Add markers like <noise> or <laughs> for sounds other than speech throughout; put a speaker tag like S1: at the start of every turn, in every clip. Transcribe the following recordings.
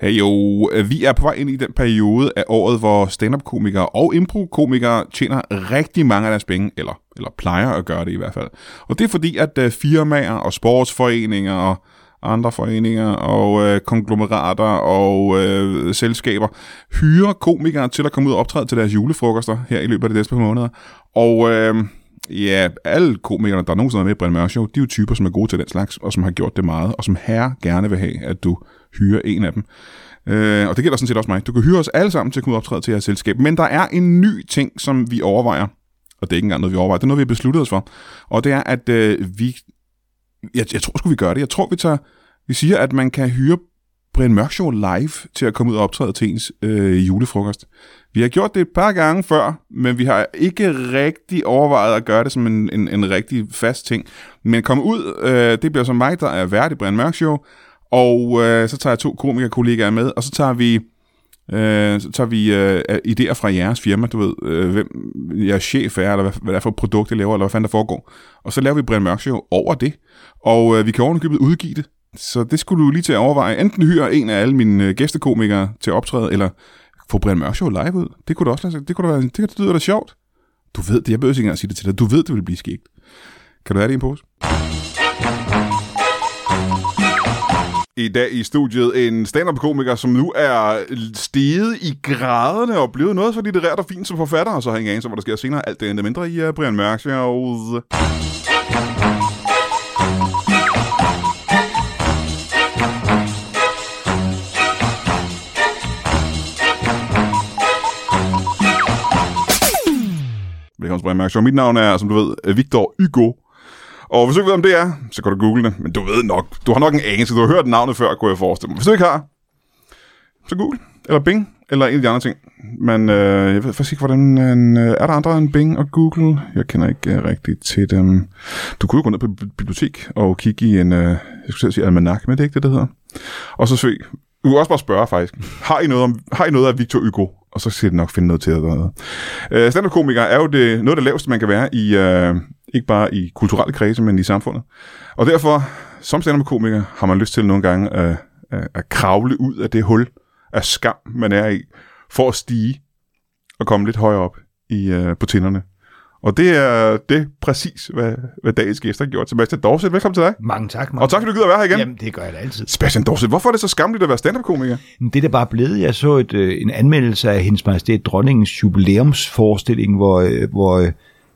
S1: Hey jo, vi er på vej ind i den periode af året, hvor stand-up-komikere og impro-komikere tjener rigtig mange af deres penge, eller, eller plejer at gøre det i hvert fald. Og det er fordi, at øh, firmaer og sportsforeninger og andre foreninger og øh, konglomerater og øh, selskaber hyrer komikere til at komme ud og optræde til deres julefrokoster her i løbet af de næste par måneder. Og øh, ja, alle komikerne, der nogensinde er med i Brian Mørk Show, de er jo typer, som er gode til den slags, og som har gjort det meget, og som herre gerne vil have, at du hyrer en af dem. Øh, og det gælder sådan set også mig. Du kan hyre os alle sammen til at kunne optræde til jeres selskab. Men der er en ny ting, som vi overvejer. Og det er ikke engang noget, vi overvejer. Det er noget, vi har besluttet os for. Og det er, at øh, vi... Jeg, jeg tror sgu, vi gør det. Jeg tror, vi tager... Vi siger, at man kan hyre Brian Mørk Show live til at komme ud og optræde til ens øh, julefrokost. Vi har gjort det et par gange før, men vi har ikke rigtig overvejet at gøre det som en, en, en rigtig fast ting. Men komme ud, øh, det bliver som mig, der er vært i Brian Mørk Show, og øh, så tager jeg to komikerkollegaer med, og så tager vi, øh, så tager vi øh, idéer fra jeres firma, du ved, øh, hvem jeres chef er, eller hvad, hvad det er for et produkt, jeg laver, eller hvad fanden der foregår. Og så laver vi Brian Mørk Show over det, og øh, vi kan ovenikøbet udgive det. Så det skulle du lige til at overveje. Enten hyre en af alle mine øh, gæstekomikere til at optræde, eller få Brian Mørk Show live ud. Det kunne da også lade sig. Det, kunne da være, det, det lyder da sjovt. Du ved det. Jeg behøver ikke engang at sige det til dig. Du ved, det vil blive skægt. Kan du have det i en pose? I dag i studiet en stand-up-komiker, som nu er steget i graderne og blevet noget så litterært og fint som forfatter, og så har jeg ingen anelse om, hvad der sker senere. Alt det andet mindre i øh, Brian Mørk Show. Velkommen til Brian Mørk Show. Mit navn er, som du ved, Victor Hugo. Og hvis du ikke ved, om det er, så kan du google det. Men du ved nok. Du har nok en anelse. Du har hørt navnet før, kunne jeg forestille mig. Hvis du ikke har, så google. Eller Bing. Eller en af de andre ting. Men øh, jeg ved faktisk ikke, hvordan... Øh, er der andre end Bing og Google? Jeg kender ikke øh, rigtigt til dem. Du kunne jo gå ned på bi- bibliotek og kigge i en... Øh, jeg skulle selv sige almanak, men det er ikke det, det hedder. Og så søg. Du kan også bare spørge, faktisk. Har I noget, om, har I noget af Victor Hugo? Og så skal det nok finde noget til dig dernede. Øh, Stand-up-komiker er jo det, noget af det laveste, man kan være i, øh, ikke bare i kulturelle kredse, men i samfundet. Og derfor, som stand-up-komiker, har man lyst til nogle gange øh, øh, at kravle ud af det hul af skam, man er i, for at stige og komme lidt højere op i, øh, på tinderne. Og det er det er præcis, hvad, hvad dagens gæster har gjort. Sebastian Dorset, velkommen til dig.
S2: Mange tak, Mark.
S1: Og tak, fordi du gider at være her igen.
S2: Jamen, det gør jeg da altid.
S1: Sebastian Dorset, hvorfor er det så skamligt at være stand-up-komiker?
S2: Men Det er da bare blevet, jeg så et, øh, en anmeldelse af hendes majestæt dronningens jubilæumsforestilling, hvor, øh, hvor øh,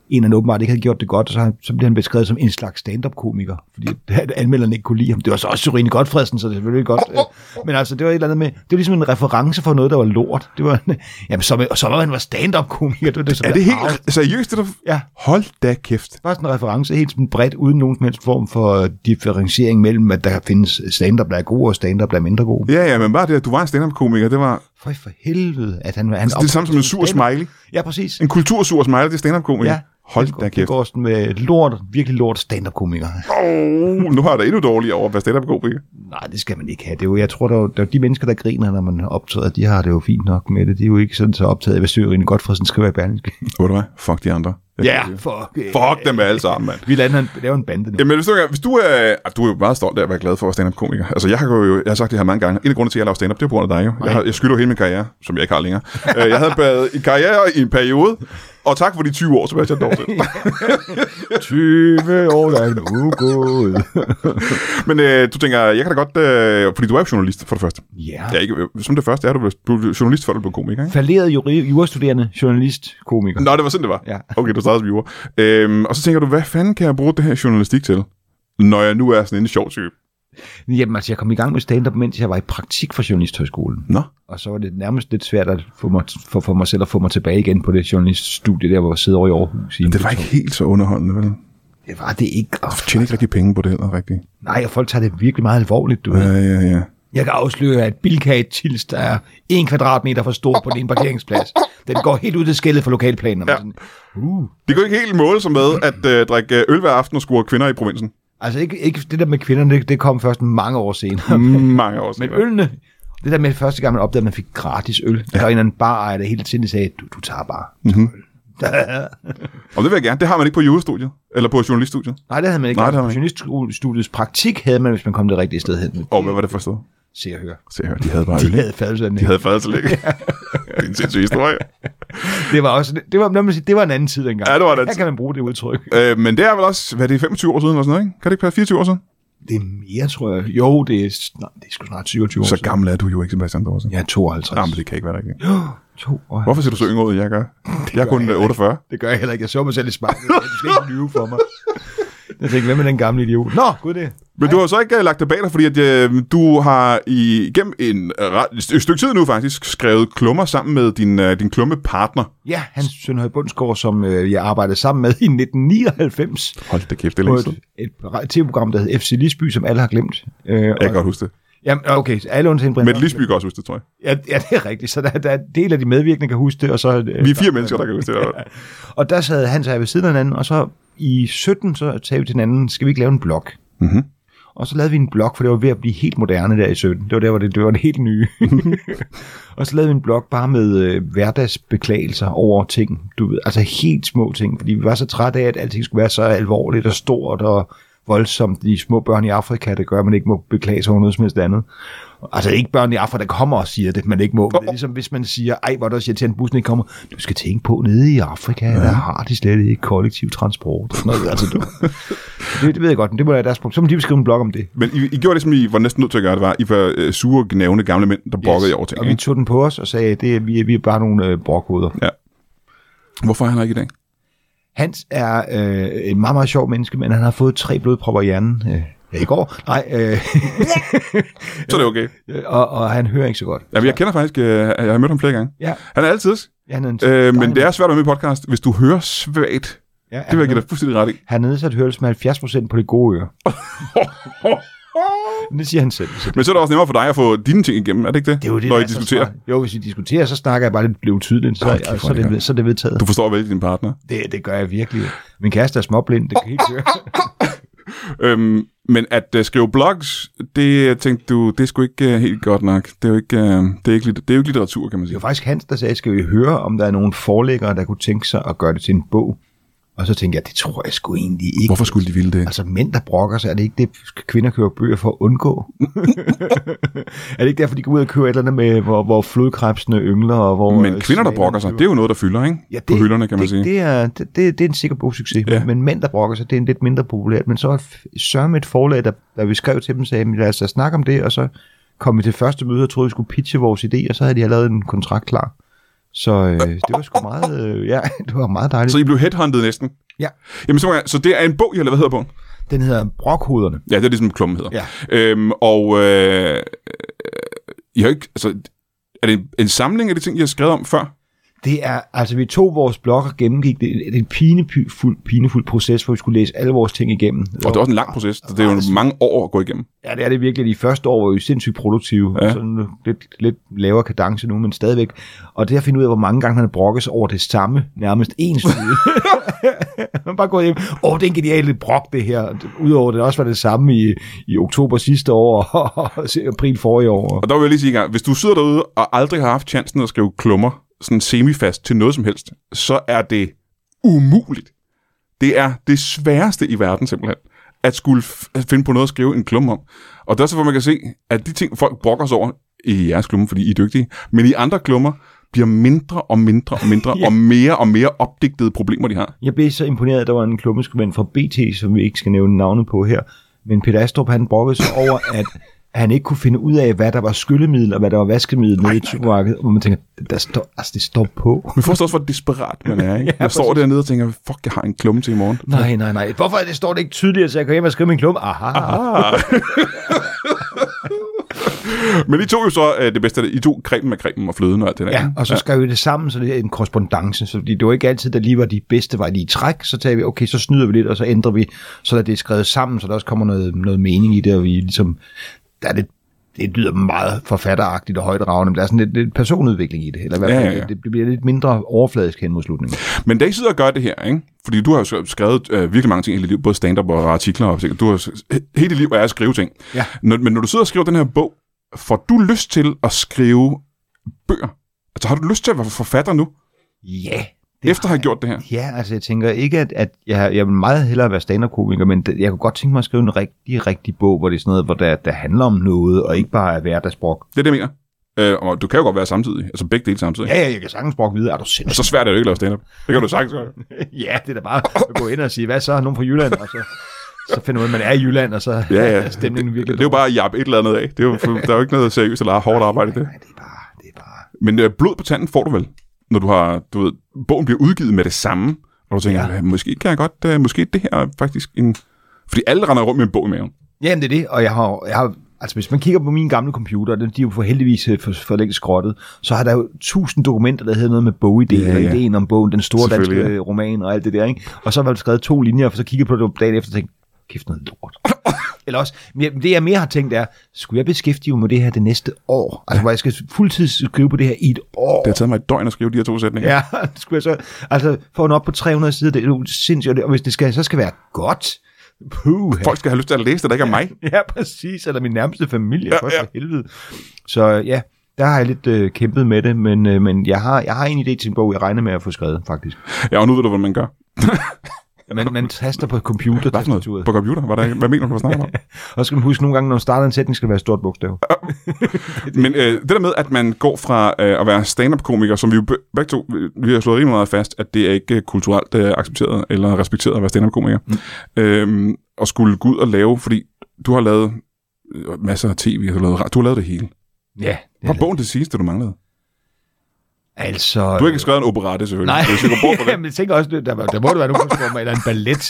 S2: en af dem åbenbart ikke havde gjort det godt, og så, han- så blev han beskrevet som en slags stand-up-komiker, fordi at anmelderne ikke kunne lide ham. Det var så også Sørine Godfredsen, så det er selvfølgelig godt. Øh, men altså, det var et eller andet med, det var ligesom en reference for noget, der var lort. Det var, <laughs> jamen, så, og så var han var stand-up-komiker. Det var det, som
S1: Er
S2: jeg
S1: det
S2: arvede.
S1: helt seriøst, det der...
S2: Ja.
S1: Hold da kæft.
S2: Bare sådan en reference helt sådan bredt, uden nogen som helst form for øh, differentiering mellem, at der findes stand-up, der er god, og stand-up, der er mindre god.
S1: Ja, ja, men bare det, at du var en stand-up-komiker, det var
S2: For, for helvede, at han... han
S1: Altså, det er samme som en sur smiley.
S2: Ja, præcis.
S1: En kultursur smiley, det er stand-up-komiker.
S2: Ja.
S1: Ja. Hold
S2: Det går-
S1: da
S2: Det
S1: kæft.
S2: går sådan med lort, virkelig lort stand-up-komiker.
S1: Uh, nu har jeg da endnu dårligere over at være stand-up-komiker.
S2: Nej, det skal man ikke have. Det er jo, jeg tror, der er, jo- der er jo de mennesker, der griner, når man optræder, de har det jo fint nok med det. De er jo ikke sådan så optaget, af, hvad Søren Godfredsen skriver i Berlingske.
S1: Ved du hvad? Fuck de andre. Jeg
S2: Ja,
S1: kan det.
S2: <laughs> fuck. øh,
S1: Fuck dem alle sammen, mand.
S2: Vi lander en, laver en bande nu.
S1: Jamen, hvis du, hvis du, er, ah, du er jo meget stolt af at være glad for at være stand-up-komiker. Altså, jeg har, jo, jeg har sagt det her mange gange. En af grundene til, at jeg laver stand-up, det er på grund af dig jo. Jeg, har, jeg skylder jo hele min karriere, som jeg ikke har længere. Øh, jeg havde badet i karriere i en periode, og tak for de 20 år, Sebastian
S2: <laughs>
S1: Dorset.
S2: 20 år, der er nu gået.
S1: Men øh, du tænker, jeg kan da godt... Øh, fordi du er jo journalist, for det første.
S2: Ja.
S1: Ja, ikke, øh, som det første er du, vel- du er journalist, før du blev komiker, ikke?
S2: Falderet juri- jurastuderende, journalist, komiker.
S1: Nå, det var sådan, det var?
S2: Ja.
S1: Okay, du startede som jura. Øhm, og så tænker du, hvad fanden kan jeg bruge det her journalistik til, når jeg nu er sådan en sjov type?
S2: Jamen altså, jeg kom i gang med stand-up, mens jeg var i praktik for Journalisthøjskolen.
S1: Nå.
S2: Og så var det nærmest lidt svært at få mig, for, for mig selv at få mig tilbage igen på det journaliststudie, der hvor jeg sidder over i Aarhus. I en
S1: Det var ikke helt så underholdende, vel?
S2: det var det ikke. Og,
S1: Du tjener ikke rigtig penge på det heller, rigtigt.
S2: nej, og folk tager det virkelig meget alvorligt, du
S1: Ja,
S2: ved.
S1: ja, ja.
S2: Jeg kan afsløre, at Bilka er et tils, der er en kvadratmeter for stor på den ene <laughs> parkeringsplads. Den går helt ud til skældet for lokalplanen. Ja. Sådan, uh.
S1: Det kunne ikke helt måle sig med at øh, drikke øl hver aften og score kvinder i provinsen.
S2: Altså ikke, ikke det der med kvinderne, det, det kom først mange år senere.
S1: Mange år
S2: Men
S1: siden.
S2: <laughs> ølene, det der med første gang, man opdagede, at man fik gratis øl. Ja. Der var en eller anden barejer, der hele tiden sagde, du, du tager bare.
S1: Og det vil jeg gerne. Det har man ikke på jurastudiet. Eller på journaliststudiet.
S2: Nej, det havde man ikke.
S1: Nej, det
S2: Nej,
S1: havde man
S2: Journaliststudiets praktik havde man, hvis man kom det rigtige sted hen.
S1: Og hvad var det for sted?
S2: Se og hør.
S1: Se her, de havde bare øl,
S2: De
S1: ikke?
S2: havde fadelserne.
S1: De havde fadelselæg. det er en sindssyg historie.
S2: Det var også, det var, lad mig sige, det var en anden tid dengang.
S1: Ja, det var en anden
S2: Her
S1: tid.
S2: kan man bruge det udtryk.
S1: Øh, men det er vel også, hvad er det 25 år siden eller sådan noget, ikke? Kan det ikke passe 24 år siden?
S2: Det er mere, tror jeg. Jo, det er, snart, det er sgu snart 27 år
S1: Så
S2: siden.
S1: gammel er du jo ikke, Sebastian Dorsen.
S2: Jeg er 52.
S1: Jamen, det kan ikke være rigtigt.
S2: To år.
S1: Hvorfor ser du så yngre ud, end jeg gør? Jeg er kun 48.
S2: Det gør jeg heller ikke. Jeg så mig selv i <laughs> spejlet. Du skal ikke lyve for mig. Jeg tænkte, hvem er den gamle idiot? Nå, gud det.
S1: Men du har så ikke øh, lagt det bag dig, fordi at, øh, du har i- igennem en, øh, ret- et stykke tid nu faktisk skrevet klummer sammen med din, øh, din klummepartner.
S2: Ja, Hans Sønderhøj Bundsgaard, som øh, jeg arbejdede sammen med i 1999
S1: Hold da kæft, det er
S2: på
S1: længe
S2: et,
S1: siden.
S2: et ra- tv-program, der hed FC Lisby, som alle har glemt. Øh,
S1: Jeg kan
S2: og,
S1: godt huske det.
S2: jamen, okay, så alle undtagen Brian
S1: Men
S2: Mørk.
S1: Lisby kan også huske det, tror jeg.
S2: Ja, ja, det er rigtigt. Så der, der er en del af de medvirkende, der kan huske det. Og, så, øh,
S1: Vi er fire mennesker, der kan huske det. <laughs> eller hvad?
S2: og der sad han så ved siden af hinanden, og så i 17 så sagde vi til hinanden, skal vi ikke lave en blog?
S1: Mhm.
S2: Og så lavede vi en blog, for det var ved at blive helt moderne der i 17. Det var der, hvor det, det var det helt nye. og så lavede vi en blog bare med øh, hverdagsbeklagelser over ting. Du ved, altså helt små ting, fordi vi var så trætte af, at alting skulle være så alvorligt og stort og voldsomt. De små børn i Afrika, der gør, at man ikke må beklage sig over noget som helst andet. Altså ikke børn i Afrika, der kommer og siger det, man ikke må. Men det er ligesom hvis man siger, ej, hvor er det også irriterende, at bussen ikke kommer. Du skal tænke på, nede i Afrika, ja. der har de slet ikke kollektiv transport. og Sådan noget, altså, du. det, det, ved jeg godt, men det må være deres problem. Så må de skrive en blog om det.
S1: Men I, I gjorde det, som I var næsten nødt til at gøre, det var, I var øh, sure, gnævne gamle mænd, der brokkede yes. over ting.
S2: Og vi
S1: ikke?
S2: tog den på os og sagde, det er, vi, er, vi er bare nogle øh, brokhoveder.
S1: Hvorfor er han her ikke i dag?
S2: Hans er øh, en meget, meget sjov menneske, men han har fået tre blodpropper i hjernen. Øh, ja, i går? Nej, øh, <laughs>
S1: Så er det okay.
S2: og, og han hører ikke så godt.
S1: Jamen, jeg kender faktisk, øh, jeg har mødt ham flere gange.
S2: Ja,
S1: Han er altid,
S2: han er en
S1: øh, men
S2: dejlig-
S1: det er svært at være med i podcast, hvis du hører svagt. Det
S2: ja,
S1: vil jeg
S2: han,
S1: give dig fuldstændig ret i.
S2: han har nedsat hørelse med 70% på det
S1: <laughs>
S2: gode øre. Men det siger han selv. Så det,
S1: Men så er det også nemmere for dig at få dine ting igennem, er det ikke det?
S2: det er jo det,
S1: Når
S2: der
S1: I
S2: er så
S1: diskuterer.
S2: smart. Jo, hvis vi diskuterer, så snakker jeg bare lidt blev tydeligt, så,
S1: Hold kæft, hvor
S2: og så,
S1: er
S2: er
S1: det
S2: det, så er det vedtaget.
S1: Du forstår vel din partner.
S2: Det, det gør jeg virkelig. Min kæreste er småblind, det kan ikke høre.
S1: Øhm, men at uh, skrive blogs, det øh, tænkte du, det er sgu ikke uh, helt godt nok. Det er jo ikke, uh, det er ikke, lit- det er jo ikke litteratur, kan man
S2: Det
S1: sige.
S2: var faktisk Hans, der sagde, skal vi høre, om der er nogle forlæggere, der kunne tænke sig at gøre det til en bog? Og så tænkte jeg, det tror jeg sgu egentlig ikke.
S1: Hvorfor skulle de ville det?
S2: Altså mænd, der brokker sig, er det ikke det, kvinder køber bøger for at undgå?
S1: <laughs>
S2: er det ikke derfor, de går ud og køber et eller andet med, hvor, hvor flodkrebsene yngler? Og
S1: Men
S2: hvor, øh,
S1: kvinder, der
S2: svalerne
S1: brokker sig,
S2: flyver?
S1: det er jo noget, der fylder, ikke?
S2: Ja, det,
S1: På hylderne, kan man
S2: det,
S1: sige.
S2: Det er, det, det, det er en sikker bogsucces,
S1: Ja.
S2: ja. men mænd, der brokker sig, det er en lidt mindre populært. Men så var f- Søren et forlag, der, der vi skrev til dem, sagde, "Men lad os da snakke om det, og så kom vi til første møde og troede, vi skulle pitche vores idé, og så havde de allerede en kontrakt klar. Så øh, det var sgu meget, øh, ja, <laughs> det var meget dejligt.
S1: Så I blev headhunted næsten?
S2: Ja.
S1: Jamen, så, må jeg- så det er en bog, I har lavet, hvad hedder bogen?
S2: Den hedder Brokhoderne.
S1: Ja, det er ligesom klummen hedder.
S2: Ja.
S1: Øhm, og øh, øh, I har ikke, altså, er det en, en samling af de ting, I har skrevet om før?
S2: Det er, altså vi tog vores blog og gennemgik det, det er en pinefuld, pinefuld proces, hvor vi skulle læse alle vores ting igennem.
S1: Og det er også en lang proces. Det er jo mange år at gå igennem.
S2: Ja, det er det virkelig. De første år var vi sindssygt produktive.
S1: Ja.
S2: Ja. Sådan lidt, lidt lavere kadence nu, men stadigvæk. Og det at finde ud af, hvor mange gange han har brokket sig over det samme, nærmest en side. man er bare gået hjem. Åh, det er en genial brok, det her. Udover det også var det samme i, i oktober sidste år <laughs> og april forrige år.
S1: Og der vil jeg lige sige en gang, hvis du sidder derude og aldrig har haft chancen at skrive klummer sådan semifast til noget som helst, så er det umuligt. Det er det sværeste i verden simpelthen, at skulle f- at finde på noget at skrive en klum om. Og det er også derfor, man kan se, at de ting, folk brokker sig over i jeres klumme, fordi I er dygtige, men i andre klummer bliver mindre og mindre og mindre ja. og mere og mere opdigtede problemer, de har.
S2: Jeg blev så imponeret, at der var en klummeskribent fra BT, som vi ikke skal nævne navnet på her. Men Peter Astrup, han brokkede sig over, at han ikke kunne finde ud af, hvad der var skyllemiddel og hvad der var vaskemiddel nede i supermarkedet. Hvor man tænker, der står, altså, det står på.
S1: Men forstår også, hvor desperat man er. Ikke? Jeg står dernede og tænker, fuck, jeg har en klumme til i morgen.
S2: Nej, nej, nej. Hvorfor er det, står det ikke tydeligere, så jeg kan hjem og skrive min klum? Aha. Aha.
S1: Men I tog jo så øh, det bedste af det. I tog cremen af cremen og fløden og alt det der.
S2: Ja,
S1: ikke?
S2: og så skrev vi det sammen, så det er en korrespondence. Så fordi det var ikke altid, der lige var de bedste var lige i træk. Så tager vi, okay, så snyder vi lidt, og så ændrer vi, så at det er skrevet sammen, så der også kommer noget, noget mening i det, og vi ligesom, der er lidt det lyder meget forfatteragtigt og højdragende, men der er sådan lidt, lidt personudvikling i det, eller i hvert
S1: Ja,
S2: fald,
S1: ja, ja.
S2: Det, det bliver lidt mindre overfladisk hen mod slutningen.
S1: Men da I sidder og gør det her, ikke? fordi du har jo skrevet øh, virkelig mange ting i dit liv, både stand-up og artikler og ting. Du har, hele dit liv er at skrive ting.
S2: Ja.
S1: Når, men når du sidder og skriver den her bog, får du lyst til at skrive bøger? Altså har du lyst til at være forfatter nu?
S2: Ja,
S1: det efter at have gjort det her?
S2: Ja, altså jeg tænker ikke, at, at jeg, jeg vil meget hellere være stand-up-komiker, men det, jeg kunne godt tænke mig at skrive en rigtig, rigtig bog, hvor det er sådan noget, hvor der, der handler om noget, og ikke bare er hverdagsbrok.
S1: Det er det, jeg mener. Øh, og du kan jo godt være samtidig, altså begge dele samtidig.
S2: Ja, ja, jeg kan sagtens brokke videre. Er du
S1: Og
S2: sindssygt?
S1: så svært er det jo ikke at lave stand-up. Det kan du sagtens gøre.
S2: ja, det er da bare at gå ind og sige, hvad så? Nogen fra Jylland? Og så, så finder man, at man er i Jylland, og så
S1: Ja, ja.
S2: er stemningen virkelig
S1: Det er jo bare at jappe et eller andet af. Det er jo, der er jo ikke noget seriøst eller hårdt arbejde i det.
S2: Nej, det er bare... Det er bare...
S1: Men øh, blod på tanden får du vel, når du har, du ved, bogen bliver udgivet med det samme, og du tænker, ja. måske kan jeg godt, øh, måske det her er faktisk en... Fordi alle render rundt med en bog i maven.
S2: Jamen, det er det, og jeg har, jeg har Altså, hvis man kigger på min gamle computer, den, de er jo for heldigvis øh, for, for længe skrottet, så har der jo tusind dokumenter, der hedder noget med bogidéer,
S1: Ja,
S2: ja,
S1: ja.
S2: ja. og ideen om bogen, den store danske
S1: Selvfølgelig, ja.
S2: ja. roman og alt det der, ikke? Og så har man skrevet to linjer, og så kigger på det dagen efter og tænker, kæft noget
S1: <coughs>
S2: lort. Eller også, men jeg- det jeg mere har tænkt er, skulle jeg beskæftige mig med det her det næste år? Altså, hvor jeg skal fuldtids skrive på det her i et år.
S1: Det har taget mig et døgn at skrive de her to sætninger.
S2: <laughs> Ja, det skulle jeg så, altså, for den op på 300 sider, det er jo sindssygt, og det- og hvis det skal, så skal være godt. Puh,
S1: Folk skal have lyst til at læse det, der ikke er mig.
S2: <laughs> Ja, præcis. Eller min nærmeste familie.
S1: Ja,
S2: Ja, for ja. helvede. Så ja, der har jeg lidt øh, kæmpet med det, men, øh, men jeg, har, jeg har en idé til en bog, jeg regner med at få skrevet, faktisk.
S1: Ja, og nu ved du, hvad man gør.
S2: Man, man taster på computer
S1: Hvad for noget? På computer? Hvad, der, hvad mener du, du snakker om?
S2: Og så skal man huske nogle gange, når man starter en sætning, skal det være et stort bogstav.
S1: Men øh, det der med, at man går fra øh, at være stand-up-komiker, som vi jo be- begge to, øh, vi har slået rimelig meget fast, at det er ikke øh, kulturelt øh, accepteret eller respekteret at være stand-up-komiker, mm. øhm, og skulle gå ud og lave, fordi du har lavet øh, masser af tv, og du har lavet, ra- du har lavet det hele.
S2: Ja.
S1: Var bogen det sidste, du manglede?
S2: Altså...
S1: Du har ikke skrevet en operette, selvfølgelig.
S2: Nej,
S1: Hvis du går bort fra
S2: <laughs> ja, men jeg tænker også, der, der, der må det være nogen form eller en ballet.
S1: det.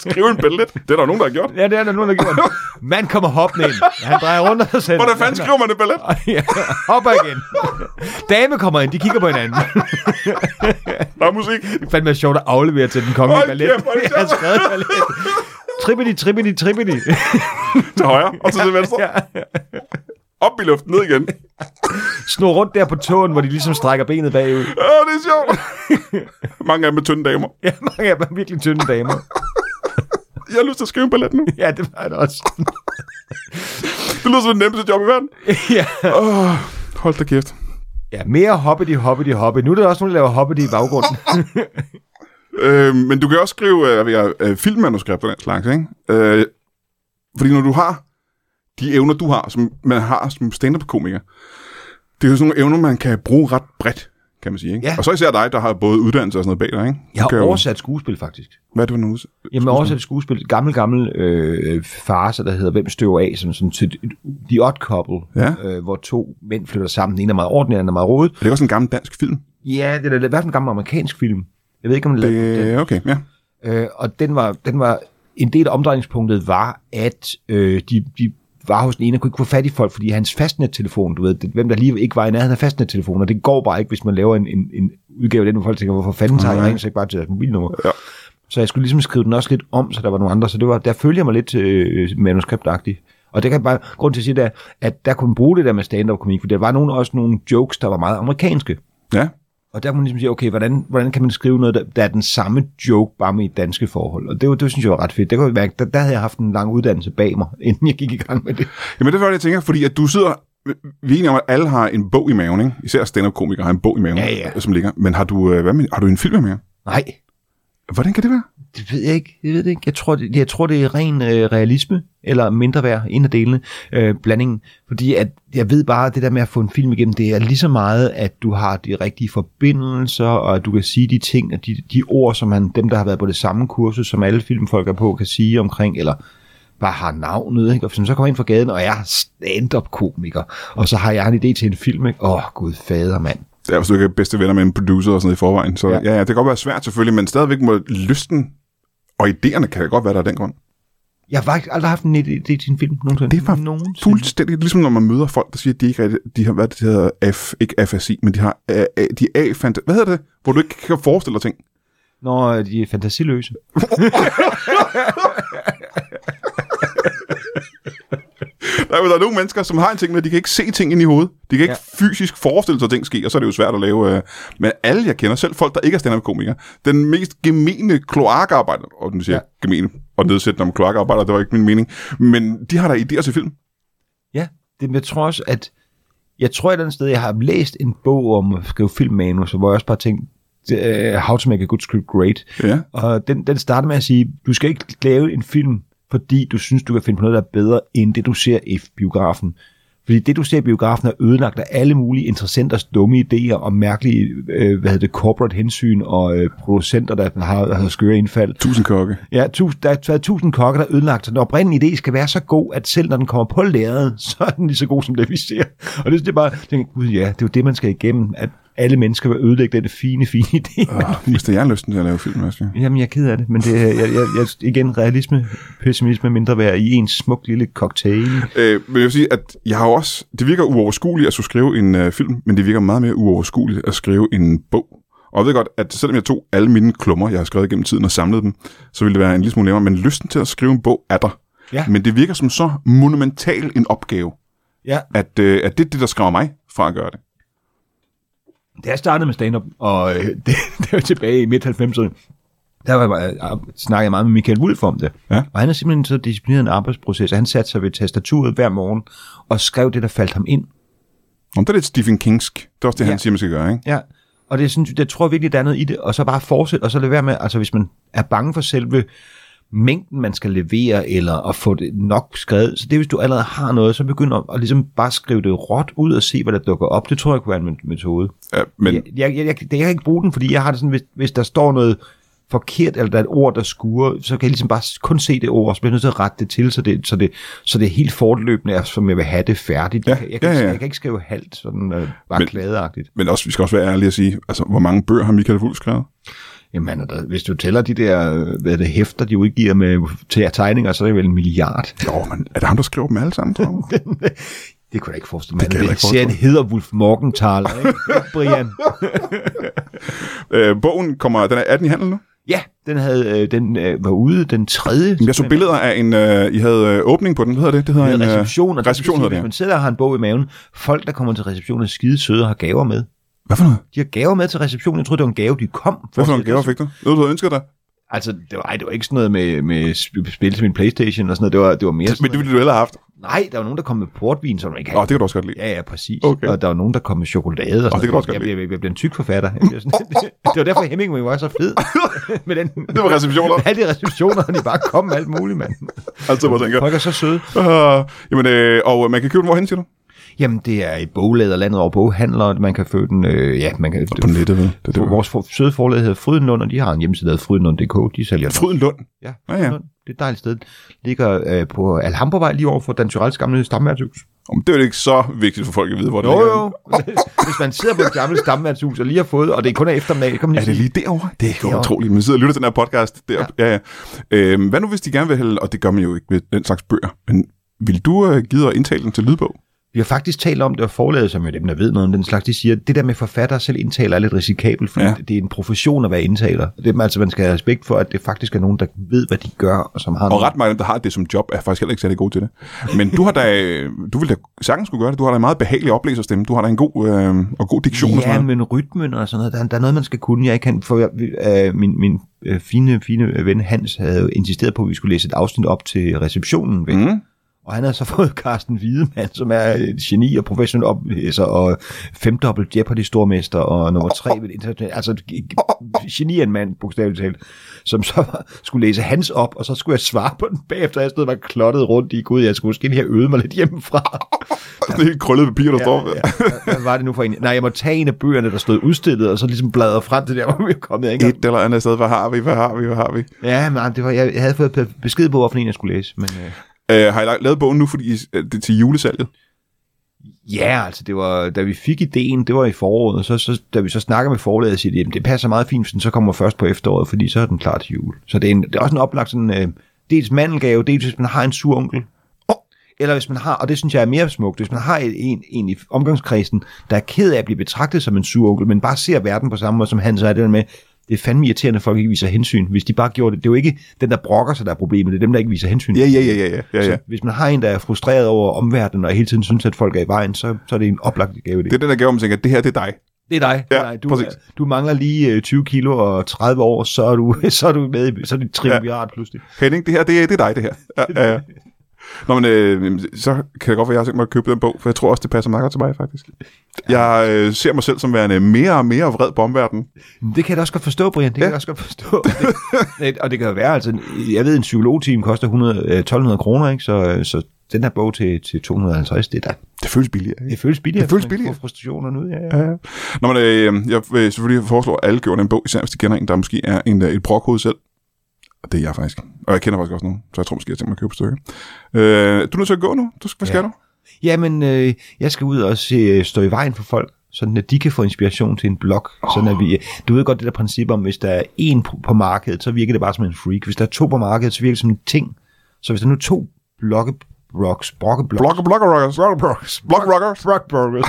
S1: Skriv en billet. Det er der jo nogen, der har gjort.
S2: ja, det er der nogen, der gjorde.
S1: <laughs>
S2: Man kommer hoppende ind. Han drejer rundt og sætter.
S1: Hvordan fanden skriver man en billet?
S2: Ja, <laughs> hopper igen. Dame kommer ind, de kigger på hinanden. <laughs>
S1: Der er musik.
S2: fandme sjovt at aflevere til den kongelige
S1: Hold
S2: ballet.
S1: kæft, hvor er
S2: <laughs>
S1: det
S2: Jeg har skrevet ballet. Trippity, trippity, trippity.
S1: Til højre, og så til venstre.
S2: ja.
S1: Op i luften, ned igen.
S2: <laughs> Snor rundt der på tåen, hvor de ligesom strækker benet bagud.
S1: Åh, det er
S2: <laughs>
S1: sjovt. Mange af dem er tynde damer.
S2: Ja, mange af dem er virkelig tynde damer.
S1: Jeg har lyst til at skrive en ballet nu.
S2: Ja, det var det også.
S1: Det lyder som det nemmeste job i verden.
S2: <laughs> ja.
S1: Oh, hold da kæft.
S2: ja, mere hoppity, hoppity, hoppity. Nu er der også nogen, der laver hoppity i
S1: <laughs>
S2: baggrunden.
S1: Øh, men du kan også skrive øh, hvad ved jeg, øh, filmmanuskripter og den slags, ikke? Øh, fordi når du har de evner, du har, som man har som stand-up-komiker, det er jo sådan nogle evner, man kan bruge ret bredt, kan man sige. Ikke?
S2: Ja.
S1: Og så især dig, der har både uddannelse og sådan noget bag dig. Ikke? Du
S2: Jeg har
S1: kan jo,
S2: oversat skuespil, faktisk.
S1: hvad er det for noget?
S2: Jamen oversat skuespil. Gammel, gammel øh, farse, der hedder Hvem støver af? Som sådan til The Odd Couple.
S1: Ja.
S2: Øh, hvor to mænd flytter sammen. Den ene er meget ordentlig, den anden er meget rodet.
S1: Er det også en gammel dansk film?
S2: Ja, det er da i hvert fald en gammel amerikansk film. Jeg ved ikke, om det,
S1: Det, okay, ja.
S2: Øh, og den var, den var, en del af omdrejningspunktet var, at øh, de, de var hos den ene og kunne ikke få fat i folk, fordi hans fastnettelefon, du ved, det, hvem der lige ikke var i nærheden af fastnettelefonen, og det går bare ikke, hvis man laver en, en, en udgave af den, hvor folk tænker, hvorfor fanden tager jeg rent, så ikke bare til deres mobilnummer.
S1: Ja.
S2: Så jeg skulle ligesom skrive den også lidt om, så der var nogle andre, så det var, der følte jeg mig lidt øh, manuskriptagtig. Og det kan jeg bare, grund til at sige, det er, at der kunne man bruge det der med stand-up-komik, for der var nogle, også nogle jokes, der var meget amerikanske.
S1: ja.
S2: Og der kunne man ligesom sige, okay, hvordan, hvordan kan man skrive noget, der, der er den samme joke, bare med et danske forhold? Og det, var- det synes jeg var ret fedt. Det kunne jeg mærke, der, der havde jeg haft en lang uddannelse bag mig, <laughs> inden jeg gik i gang med det.
S1: Jamen det er det, jeg tænker, fordi at du sidder... Vi er enige om, at alle har en bog i maven, ikke? Især stand-up-komikere har en bog i maven,
S2: Ja, ja.
S1: som ligger. Men har du, øh, hvad med, har du en film med?
S2: Nej,
S1: Hvordan kan det være?
S2: det ved jeg ikke. Jeg, ved det ikke. jeg, tror, det, jeg tror, det er ren øh, realisme, eller mindre værd, en af delene, øh, blandingen. Fordi at, jeg ved bare, at det der med at få en film igennem, det er lige så meget, at du har de rigtige forbindelser, og at du kan sige de ting, og de, de ord, som man, dem, der har været på det samme kursus, som alle filmfolk er på, kan sige omkring, eller bare har navnet, ikke? og så kommer jeg ind fra gaden, og jeg er stand-up-komiker, og så har jeg en idé til en film, ikke? Åh, oh, gud fader, mand.
S1: Det er, hvis du ikke er bedste venner med en producer og sådan noget i forvejen. Så ja.
S2: Ja.
S1: ja, ja, det kan godt være svært selvfølgelig, men stadigvæk må lysten og idéerne kan det godt være der af den grund.
S2: Jeg har faktisk aldrig haft en idé til en film nogensinde.
S1: Det var
S2: nogensinde.
S1: Fuldstændig ligesom når man møder folk, der siger, at de ikke rigtig, de har, hvad det hedder, F, ikke FSI, men de har, uh, de er afant, hvad hedder det, hvor du ikke kan forestille dig ting.
S2: Når øh, de er fantasiløse.
S1: Der er, jo- der er nogle mennesker, som har en ting, men de kan ikke se ting ind i hovedet. De kan ikke ja. fysisk forestille sig, at ting sker, og så er det jo svært at lave. Øh, men alle, jeg kender, selv folk, der ikke er stand-up-komikere, den mest gemene kloakarbejder, og nu siger ja. jeg gemene og nedsættende om kloakarbejder, det var ikke min mening, men de har da idéer til film.
S2: Ja, det, men jeg tror også, at jeg tror et eller andet sted, jeg har læst en bog om at skrive filmmanus, hvor jeg også bare tænkte, uh, How to Make a Good Script Great.
S1: Ja.
S2: Og den, den starter med at sige, du skal ikke lave en film, fordi du synes, du kan finde på noget, der er bedre end det, du ser i biografen. Fordi det, du ser i biografen, er ødelagt af alle mulige interessenters dumme idéer og mærkelige øh, hvad hedder det, corporate hensyn og øh, producenter, der har, har skøre indfald.
S1: Tusind kokke.
S2: Ja, tus- der er taget tusind kokke, der er ødelagt, så den oprindelige idé skal være så god, at selv når den kommer på lærredet, <laughs> så er den lige så god som det, vi ser. Og det, det er bare, jeg tænker, gud ja, det er jo det, man skal igennem, at alle mennesker vil ødelægge den fine, fine <laughs> idé.
S1: Oh, mister jeg lysten til at lave film, også? ja.
S2: Jamen, jeg er ked af det, men det, er- jeg, jeg, jeg, igen, realisme, pessimisme, mindre værd i en smuk lille cocktail.
S1: Øh, men jeg vil sige, at jeg har jo også... Det virker uoverskueligt at skulle skrive en øh, film, men det virker meget mere uoverskueligt at skrive en bog. Og jeg ved godt, at selvom jeg tog alle mine klummer, jeg har skrevet gennem tiden og samlede dem, så ville det være en lille smule nemmere, men lysten til at skrive en bog er der.
S2: Ja.
S1: Men det virker som så monumental en opgave,
S2: Ja,
S1: at, øh, at det er det, der skræmmer mig fra at gøre det.
S2: da jeg startede med stand-up, og øh, <laughs> det, det var tilbage i midt-90'erne, der var, jeg- jeg snakkede meget med Michael Wulff om det.
S1: Ja.
S2: Og han er simpelthen så disciplineret en arbejdsproces, at han satte sig ved tastaturet hver morgen og skrev det, der faldt ham ind.
S1: Om det er lidt Stephen Kingsk. Det er også det, ja.
S2: Ja.
S1: han siger, man skal gøre, ikke?
S2: Ja, og det er sådan, jeg tror virkelig, der er noget i det, og så bare fortsæt, og så lade være med, altså hvis man er bange for selve mængden, man skal levere, eller at få det nok skrevet, så det er, hvis du allerede har noget, så begynd at, at ligesom bare skrive det råt ud og se, hvad der dukker op. Det tror jeg kunne være en met- metode.
S1: Ja, men
S2: Jeg, jeg, jeg, jeg, jeg kan ikke bruge den, fordi jeg har det sådan, hvis, hvis der står noget forkert, eller der er et ord, der skuer, så kan jeg ligesom bare s- kun se det ord, og så bliver jeg nødt til at rette det til, så det, så det, så det er helt fortløbende er, som jeg vil have det færdigt.
S1: Ja,
S2: jeg, kan- jeg, kan,
S1: ja,
S2: ikke-
S1: ja.
S2: Jeg kan ikke skrive halvt, sådan øh, bare
S1: Men-
S2: kladeagtigt.
S1: Men også, vi skal også være ærlige at sige, altså, hvor mange bøger har Michael Wulff skrevet?
S2: Jamen, han er der, hvis du tæller de der øh, hvad er det, hæfter, de udgiver med til at tegninger, så er det vel en milliard.
S1: Jo, men er det ham, der skriver dem alle sammen, tror <laughs> du?
S2: Det kunne jeg ikke forestille mig.
S1: kan jeg
S2: Det
S1: ikke
S2: serien hedder Wolf Morgenthal, ikke?
S1: <laughs>
S2: Brian.
S1: øh, bogen kommer, den er 18 i handel nu.
S2: Ja, den, havde, øh, den øh, var ude den tredje.
S1: Jeg så billeder af en, øh, I havde øh, åbning på den, hvad hedder det? Det hedder en, øh,
S2: en reception, og det
S1: reception hedder
S2: vil sige, Hvis
S1: det.
S2: man sidder og har en bog i maven, folk, der kommer til receptionen, er skide søde og har gaver med.
S1: Hvad for noget?
S2: De har gaver med til receptionen. Jeg troede, det var en gave, de kom.
S1: Hvad for nogle gaver fik du? Noget, du havde ønsket dig?
S2: Altså, det var, ej, det var ikke sådan noget med, med sp- spil til min Playstation og sådan noget. Det var, det var mere sådan
S1: Men det ville du heller have haft.
S2: noget- Nej, der var nogen, der kom med portvin, som man ikke
S1: Åh, det kan du også godt lide.
S2: Ja, ja, præcis.
S1: Okay.
S2: Okay. Og der var nogen, der kom med chokolade. Og
S1: det kan
S2: sådan
S1: du også
S2: noget.
S1: godt
S2: jeg, blev, jeg, jeg blev en tyk forfatter. <laughs> Jeg blev sådan, det var derfor, Hemingway var så
S1: <laughs>
S2: fed. <laughs> med den,
S1: Det var receptioner. <laughs>
S2: med <laughs> alle de receptioner, han bare kom med alt muligt, mand.
S1: altså, hvor jeg tænker.
S2: Folk er så søde.
S1: Uh, jamen, øh, og øh, man kan købe den hvorhen, siger du?
S2: Jamen, det er i bogladet landet over boghandlere. Man kan føde den, øh, ja, man kan... Det,
S1: På nettet, vel? Det, er det,
S2: vores for, søde forlag hedder Frydenlund, og de har en hjemmeside, der hedder frydenlund.dk. De sælger den.
S1: Fryden Lund.
S2: Ja,
S1: Ja, ja.
S2: Frydenlund. Det er et dejligt sted. Ligger øh, på Alhambrovej lige over for Dan Tyrells gamle stamværtshus.
S1: Om det er jo ikke så vigtigt for folk at vide, hvor det
S2: Jo,
S1: ligger.
S2: jo. Hvis man sidder på et gammelt stamværtshus og lige har fået, og det er kun er eftermiddag, kan man
S1: Er det
S2: sige,
S1: lige derovre? Det er ikke
S2: derovre.
S1: utroligt. Man sidder og lytter til den her podcast deroppe. Ja. Ja, ja. Øhm, hvad nu, hvis de gerne vil hælde, og det gør man jo ikke med den slags bøger, men vil du øh, give og indtale den til lydbog?
S2: Vi har faktisk talt om det, og forlaget, som jo dem, der ved noget om den slags, de siger, at det der med forfatter selv indtaler er lidt risikabelt, fordi
S1: Ja.
S2: ja. det er en profession at være indtaler. Det, er- altså, man skal have respekt for, at det faktisk er nogen, der ved, hvad de gør, og som har
S1: Og
S2: noget-
S1: ret mange af dem, der har det som job, er faktisk heller ikke særlig gode til det. Men du har da, <laughs> øh, du ville da sagtens skulle gøre det. Du har da en meget behagelig oplæserstemme. Du har da en god, øh, og god diktion og sådan
S2: Ja,
S1: noget.
S2: men rytmen og sådan noget, der, der er noget, man skal kunne. Jeg ikke kan, for jeg, øh, min, min øh, fine, fine ven Hans havde jo insisteret på, at vi skulle læse et afsnit op til receptionen. Ved.
S1: Mhm.
S2: Og han har så <laughs> fået Carsten Wiedemann, som er et geni og professionel oplæser, og femdobbelt Jeopardy-stormester, og nummer tre ved det internationale. Altså, geni af en mand, bogstaveligt talt, som så <laughs> skulle læse hans op, og så skulle jeg svare på den bagefter. Jeg stod og var kloddet rundt i, gud, jeg skulle måske lige have øvet mig lidt hjemmefra.
S1: Det er helt krøllet papir, der står.
S2: Ja, ja. Hvad var det nu for en? Nej, jeg må tage en af bøgerne, der stod udstillet, og så ligesom bladre frem til der, <laughs> hvor vi er kommet. Ikke?
S1: <laughs> Et eller andet sted. Hvad har vi? Hvad har vi? Hvad har vi?
S2: Ja, men ah, det var, jeg, jeg havde fået pe- besked på, hvorfor en jeg skulle læse. Men, øh,
S1: Øh, har I la- lavet bogen nu, fordi I- øh, det er til julesalget?
S2: ja, altså, det var, da vi fik ideen, det var i foråret, og så, så, da vi så snakker med forlaget, siger de, jamen, det passer meget fint, hvis den så kommer først på efteråret, fordi så er den klar til jul. Så det er, en, det er også en oplagt sådan, øh, dels mandelgave, dels hvis man har en sur onkel, oh, eller hvis man har, og det synes jeg er mere smukt, hvis man har en, en, en i omgangskredsen, der er ked af at blive betragtet som en sur onkel, men bare ser verden på samme måde, som han så er det der med, det er fandme irriterende, at folk ikke viser hensyn. Hvis de bare gjorde det, det er jo ikke den, der brokker sig, der er problemet, det er dem, der ikke viser hensyn.
S1: Ja, ja, ja, ja, ja, ja, ja.
S2: Så hvis man har en, der er frustreret over omverdenen, og hele tiden synes, at folk er i vejen, så, så er det en oplagt gave. Det,
S1: Det er den, der gav, man tænker, at det her, det er dig.
S2: det er dig.
S1: Ja,
S2: Det er dig. Du,
S1: præcis.
S2: er- du mangler lige øh, 20 kilo og 30 år, <laughs> så er du, så er du med, i- så er det et triumvirat ja. pludselig.
S1: Henning, det her, det er, det er dig, det her. Ja, ja, ja. Nå, men øh, så kan det godt være, at jeg har tænkt mig at købe den bog, for jeg tror også, det passer meget godt til mig, faktisk. Jeg øh, ser mig selv som værende mere og mere vred på omverdenen.
S2: Men Det kan jeg da også godt forstå, Brian. Det kan ja. jeg også godt forstå. <laughs> Det, og det kan jo være, altså, jeg ved, en psykologtime koster 100, øh, 1200 kroner, ikke? Så, øh, så den her bog til, til 250, det, er da,
S1: Det føles billigere, ikke?
S2: det føles billigere.
S1: Det føles
S2: Man
S1: billigere.
S2: får frustrationerne ud, ja, ja.
S1: Ja, ja. Nå, men øh, jeg vil selvfølgelig foreslå, at alle køber en bog, især hvis de kender en, der måske er en, øh, et brokhoved selv. Og det er jeg faktisk. Og jeg kender faktisk også nogen, så jeg tror måske, jeg tænker mig at købe et stykke. Øh, du er nødt til at gå nu. Du, skal- hvad skal
S2: Ja.
S1: ja. du?
S2: Jamen, øh, jeg skal ud og se, øh, stå i vejen for folk, sådan at de kan få inspiration til en blog. Oh. Sådan at vi, du ved godt det der princip om, hvis der er en på- på markedet, så virker det bare som en freak. Hvis der er to på markedet, så virker det som en ting. Så hvis der nu er to blogge, blogs, brokke, blogs,
S1: Blocker, blocker, rockers. Blocker, rockers. Blocker, rockers.
S2: Rock bloggers.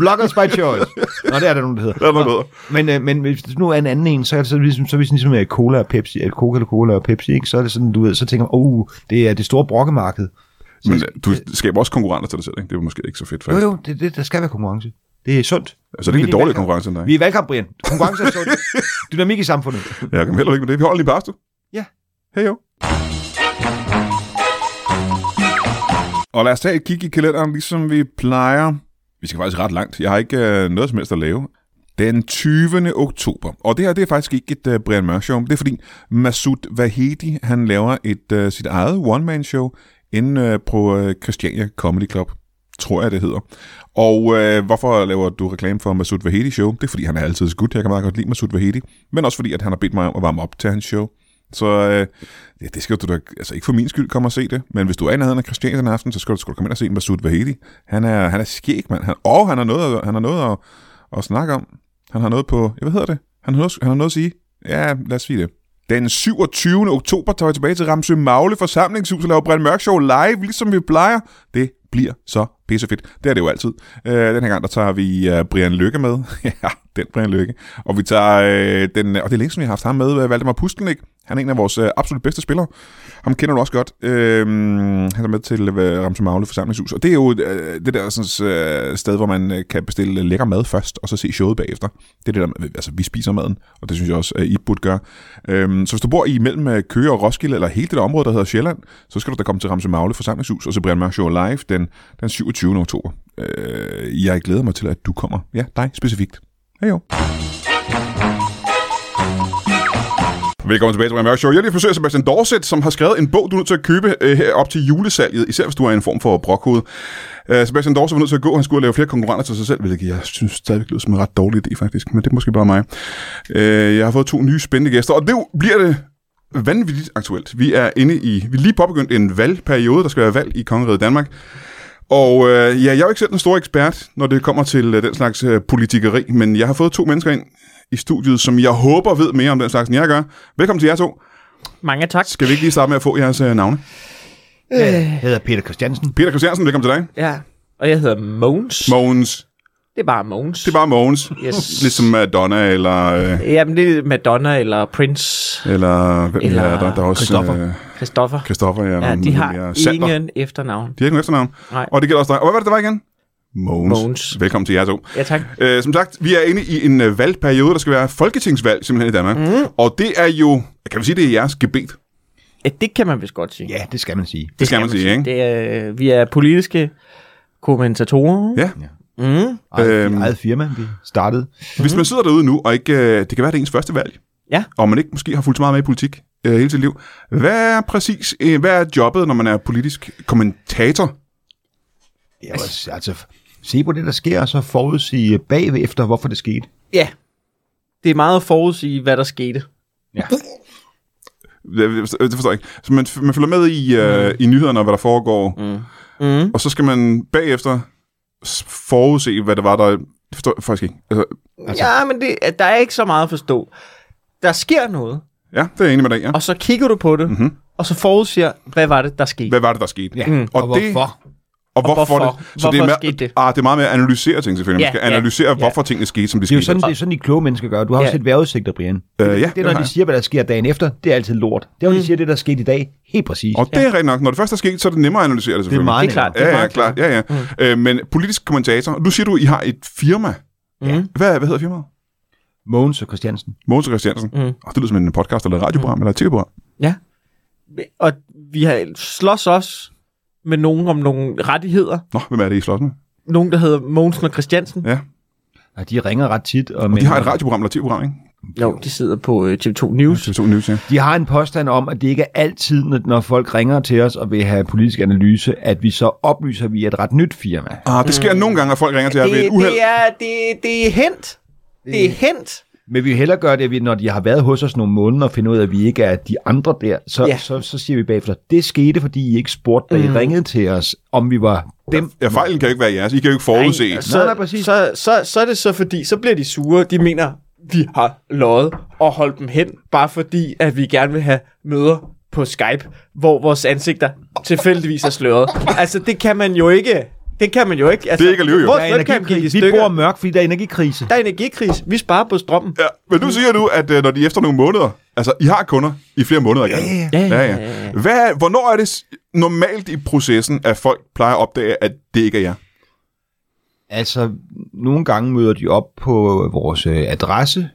S2: bloggers by choice. Nå, det er der nogen, der hedder.
S1: Der er noget bedre.
S2: Men, øh, men hvis det nu er en anden en, så er det sådan, ligesom, så er det ligesom øh, cola og Pepsi, eller Coca-Cola og Pepsi, ikke? så er det sådan, du ved, så tænker man, oh, det er det store brokkemarked. Så,
S1: Men øh, du skaber også konkurrenter til dig selv, ikke? Det er måske ikke så fedt,
S2: jo,
S1: faktisk.
S2: jo, det, det, der skal være konkurrence. Det er sundt.
S1: Altså, det er
S2: Vi
S1: ikke en
S2: i
S1: dårlig
S2: valgkamp.
S1: konkurrence end dig.
S2: Vi er i valgkamp, Brian. Konkurrence er sundt. Dynamik i samfundet.
S1: Ja, <laughs> Jeg kan heller ikke med det. Vi holder lige pause.
S2: Ja.
S1: Hej jo. Og lad os tage et kig i kalenderen, ligesom vi plejer. Vi skal faktisk ret langt. Jeg har ikke øh, noget som helst at lave. Den 20. oktober. Og det her, det er faktisk ikke et øh, Brian Mørk show. Det er fordi Masud Vahedi, han laver et øh, sit eget one-man-show inde øh, på øh, Christiania Comedy Club. Tror jeg, det hedder. Og øh, hvorfor laver du reklame for Masud Vahedi show? Det er fordi, han er altid så god. Jeg kan meget godt lide Masud Vahedi. Men også fordi, at han har bedt mig om at varme op til hans show. Så øh, ja, det skal du da, altså ikke for min skyld komme og se det, men hvis du er i nærheden af Christiania den aften, så skal du, skal du komme ind og se Masud Vahedi. Han er, han er skæg, mand. Han, og han har noget, at- han har noget at, at snakke om. Han har noget på, ja, hvad hedder det? Han har, noget, han har noget at sige. Ja, lad os sige det. Den 27. oktober tager vi tilbage til Ramsø Magle forsamlingshus og laver Brian Mørk Show live, ligesom vi plejer. Det bliver så pissefedt. Det er det jo altid. Øh, den her gang, der tager vi øh, Brian Lykke med. <laughs> ja, den Brian Lykke. Og vi tager øh, den, og det er længe siden, vi har haft ham med, øh, Valdemar Pustelnik. Han er en af vores øh, absolut bedste spillere. Ham kender du også godt. Øh, han er med til øh, Ramsø Magle forsamlingshus. Og det er jo øh, det der sådan, øh, sted, hvor man øh, kan bestille lækker mad først, og så se showet bagefter. Det er det der, med- altså vi spiser maden, og det synes jeg også, at I burde gøre. Øhm, så hvis du bor i mellem øh, Køge og Roskilde, eller hele det der område, der hedder Sjælland, så skal du da komme til Ramse Magle forsamlingshus, og se Brian Mørk Show live den, den 27. oktober. Øh, jeg glæder mig til, at du kommer. Ja, dig specifikt. Hej jo. Velkommen tilbage til Brian Mørk Show. Jeg vil lige forsøger Sebastian Dorset, som har skrevet en bog, du er nødt til at købe øh, her op til julesalget, især hvis du er en form for brokhoved. Øh, Sebastian Dorset var nødt til at gå, han skulle lave flere konkurrenter til sig selv, hvilket jeg synes stadigvæk lyder som en ret dårlig idé faktisk, men det er måske bare mig. Øh, jeg har fået to nye spændende gæster, og det bliver det vanvittigt aktuelt. Vi er inde i, vi er lige påbegyndt en valgperiode, der skal være valg i Kongeriget Danmark. Og øh, ja, jeg er jo ikke selv den store ekspert, når det kommer til øh, den slags øh, politikeri, men jeg har fået to mennesker ind i studiet, som jeg håber ved mere om den slags, end jeg gør. Velkommen til jer to.
S3: Mange tak.
S1: Skal vi ikke lige starte med at få jeres øh, navne?
S2: Jeg hedder Peter Christiansen.
S1: Peter Christiansen, velkommen til dig.
S3: Ja. Og jeg hedder Mogens.
S1: Mogens.
S3: det er bare Mogens.
S1: Det er bare Mogens.
S3: Yes.
S1: Ligesom Madonna, eller... Øh,
S3: Jamen, det er Madonna eller Prince
S1: eller hvem
S3: Eller
S1: eller er der? Der er også...
S2: Christoffer.
S1: Øh,
S3: Christoffer.
S1: Christoffer, ja.
S3: Ja,
S1: nogen
S3: de
S1: mere.
S3: har
S1: Sander.
S3: ingen efternavn.
S1: De har ikke nogen efternavn.
S3: Nej.
S1: Og det gælder også dig. Og hvad var det, der var igen? Mogens.
S3: Mogens.
S1: Velkommen til jer to.
S3: Ja, tak.
S1: Øh, som sagt, vi er inde i en øh, valgperiode, der skal være folketingsvalg simpelthen i Danmark. Mm. Og det er jo, kan vi sige, det er jeres gebet. Det,
S3: Ja, det kan man vist godt sige.
S2: Ja, det skal man sige.
S1: det skal man sige, ikke?
S3: Det er, øh, vi er politiske kommentatorer.
S1: Ja.
S3: Mm.
S2: Eget,
S1: Øhm.
S2: øhm. eget firma, vi startede.
S1: Hvis man sidder derude nu, og ikke, øh, det kan være det er ens første valg,
S3: Mm-hmm. Ja.
S1: og man ikke måske har fulgt så meget med i politik øh, hele sit liv. Hvad er præcis, øh, hvad er jobbet, når man er politisk kommentator?
S2: Jeg var, altså, se på det, der sker, og så forudsige bagefter, hvorfor det skete.
S3: ja. Det er meget at forudsige, hvad der skete.
S1: Øh, Det forstår jeg ikke. Så man, man følger med i, øh, i nyhederne og hvad der foregår,
S3: Mm. Mm.
S1: og så skal man bagefter s- forudse, hvad det var, der... Det forstår jeg faktisk ikke. Altså,
S3: Altså. Ja, men det, der er ikke så meget at forstå. Der sker noget,
S1: ja, det er jeg enig med dig, ja.
S3: og så kigger du på det,
S1: Mhm.
S3: mm-hmm. og så forudsiger, hvad var det, der skete.
S1: Hvad var det, der skete?
S2: Ja. Mm. Og, og
S1: det-
S2: hvorfor?
S1: Og hvorfor,
S3: hvorfor?
S1: det? Så det er
S3: Hvorfor
S1: mere,
S3: skete det?
S1: Ah, det er meget mere at analysere ting, selvfølgelig. Man
S3: Ja,
S1: skal
S3: ja,
S1: analysere, hvorfor tingene skete, som de
S2: Det er jo
S1: skete.
S2: sådan, det er sådan, de kloge mennesker gør. Du har jo
S3: Ja.
S2: set vejrudsigter, Brian.
S1: Øh, ja,
S2: Det er, når de siger, hvad der sker dagen efter, det er altid lort. Det er, når de siger, det der skete i dag, helt præcis.
S1: Og det er rigtigt nok. Når det først er sket, så er det nemmere at analysere det,
S2: det er
S1: selvfølgelig.
S2: meget
S3: Det er klart.
S2: nemmere.
S1: Ja, ja,
S3: meget
S1: klart. Ja, ja. Mm. Øh, men politisk kommentator, du siger du, I har et firma.
S3: Mm.
S1: Hvad, hvad hedder firmaet?
S2: Mogens og Christiansen.
S1: Mogens og Christiansen. Mm.
S3: Mm.
S1: Oh, det lyder som en podcast, eller et radioprogram, mm. eller et tv-program.
S3: Ja. Og vi har slås også med nogen om nogle rettigheder.
S1: Nå, hvem er det, I slås med?
S3: Nogen, der hedder Mogensen og Christiansen.
S1: Ja.
S2: Ja, de ringer ret tit. Og,
S1: Og de har et radioprogram eller et tv-program, ikke?
S3: Jo, de sidder på øh, TV2 News.
S1: TV2 News, ja.
S2: de har en påstand om, at det ikke er altid, når- når folk ringer til os og vil have politisk analyse, at vi så oplyser, at vi er et ret nyt firma.
S1: Ah, det sker nogle gange, at folk ringer til jer ved
S3: Det,
S1: et uheld.
S3: det, er, det, det er hent. Det er hent.
S2: Men vi vil hellere gøre det, at vi, når de har været hos os nogle måneder og finder ud af, at vi ikke er de andre der, så,
S3: Ja.
S2: ja. Mm. så, så siger vi bagefter, det skete, fordi I ikke spurgte, da I ringede til os, om vi var dem.
S1: Ja, fejlen kan jo ikke være jeres. I kan jo ikke forudse.
S3: Og
S2: Nej, nej, præcis.
S3: Så, så, så er det så fordi, så bliver de sure. De mener, vi har løjet og holdt dem hen, bare fordi, at vi gerne vil have møder på Skype, hvor vores ansigter tilfældigvis er sløret. Altså, det kan man jo ikke. Det kan man jo ikke. Altså,
S1: Det er ikke at lyve, jo.
S3: Vores
S2: Der er
S3: webcam gik i
S2: energikrise. Vi
S3: stykker.
S2: bor mørkt, fordi der er energikrise.
S3: Der er energikris. Vi sparer på strømmen.
S1: Ja, men nu siger du, at øh, når de efter nogle måneder, altså I har kunder i flere måneder gerne.
S3: ja, ja.
S1: ja. Hvad, hvornår er det s- normalt i processen, at folk plejer at opdage, at det ikke er jer?
S2: Altså, nogle gange møder de op på vores øh, adresse,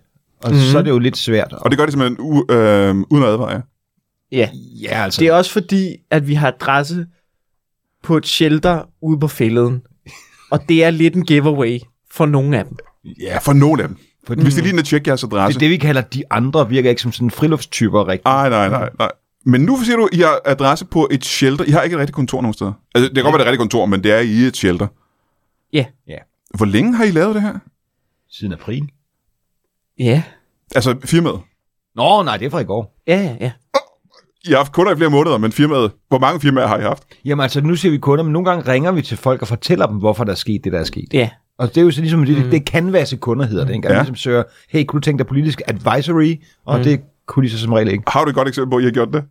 S2: og mm. så er det jo lidt svært.
S1: Og det gør de simpelthen u- øh, uden at advare jer.
S3: Ja.
S2: Ja, altså,
S3: Det er også fordi, at vi har adresse på et shelter ude på fælleden. Og det er lidt en giveaway for nogle af dem.
S1: Ja, for nogle af dem.
S2: Fordi-
S1: Hvis de lige er inde at tjekke jeres adresse.
S2: det, er det, vi kalder de andre, virker ikke som sådan friluftstyper rigtigt.
S1: Ej, nej, nej, nej. Men nu siger du, I har adresse på et shelter. I har ikke et rigtigt kontor nogen steder. Altså, det kan godt være, det er et rigtigt kontor, men det er I et shelter.
S3: Ja.
S2: Ja,
S1: Hvor længe har I lavet det her?
S2: siden april.
S3: Ja.
S1: Altså, firmaet.
S2: Nå, nej, det er fra i går.
S3: Ja, ja, ja.
S1: I har haft kunder i flere måneder, men firmaet... Hvor mange firmaer har I haft?
S2: Jamen altså, nu siger vi kunder, men nogle gange ringer vi til folk og fortæller dem, hvorfor der er sket det, der er sket.
S3: ja.
S2: Og det er jo så ligesom, det, det kan være til kunder, hedder det, ikke? At
S1: Ja.
S2: ja. ligesom søger, hey, kunne du tænke dig politisk advisory? Og mm. det kunne de så som regel ikke.
S1: Har du et godt eksempel på, at I har gjort det?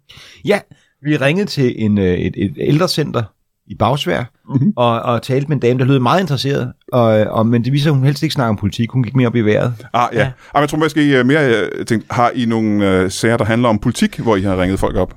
S2: Ja, vi ringede til en, øh, et, et ældrecenter i Bagsvær, mm-hmm. og, og talte med en dame, der lød meget interesseret, og, og, men det viser, at hun helst ikke snakker om politik, hun gik mere op i vejret.
S1: Ah, ja. ja.
S3: Ja.
S1: Ah, men jeg tror måske I er mere øh, tænkt, har I nogle øh, sager, der handler om politik, hvor I har ringet folk op?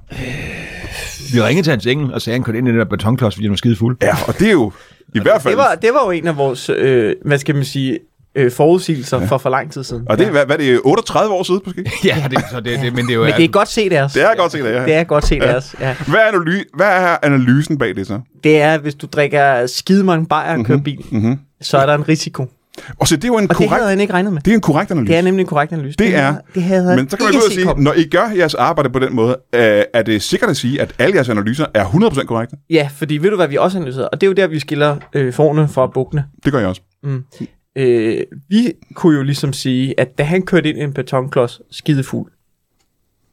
S2: Vi ringede til hans engel, og sagde, at han kørte ind i den der betonklods, fordi han var skide fuld.
S1: Ja, og det er jo i hvert fald...
S3: Det var, det var jo en af vores, øh, hvad skal man sige, øh, forudsigelser ja. for for lang tid siden.
S1: Og det, er, hvad, hvad er det, 38 år siden måske?
S2: <laughs> ja det, så det, det, men det er jo... altså-
S3: Men det er godt set af os.
S1: Det er godt set af jer.
S3: Det er godt set af os, ja.
S1: Hvad er, analy- hvad er analysen bag det så?
S3: Det er, hvis du drikker skide mange bajer og kører bil,
S1: Mm-hmm.
S3: så er der en risiko. Og
S1: Og så det er jo en,
S3: det havde
S1: korrekt,
S3: han ikke regnet med.
S1: det er en korrekt analyse.
S3: Det er nemlig en korrekt analyse.
S1: Det er-
S3: havde- det havde han
S1: Men så kan man gå ud og
S3: ikke
S1: sige,
S3: kommet.
S1: når I gør jeres arbejde på den måde, øh, er det sikkert at sige, at alle jeres analyser er 100% korrekte?
S3: Ja, fordi ved du, hvad vi også analyserede? Og det er jo der, vi skiller øh, forne fra bukkene.
S1: Det gør jeg også.
S3: Øh, vi kunne jo ligesom sige, at da han kørte ind i en betonklods skidefuld,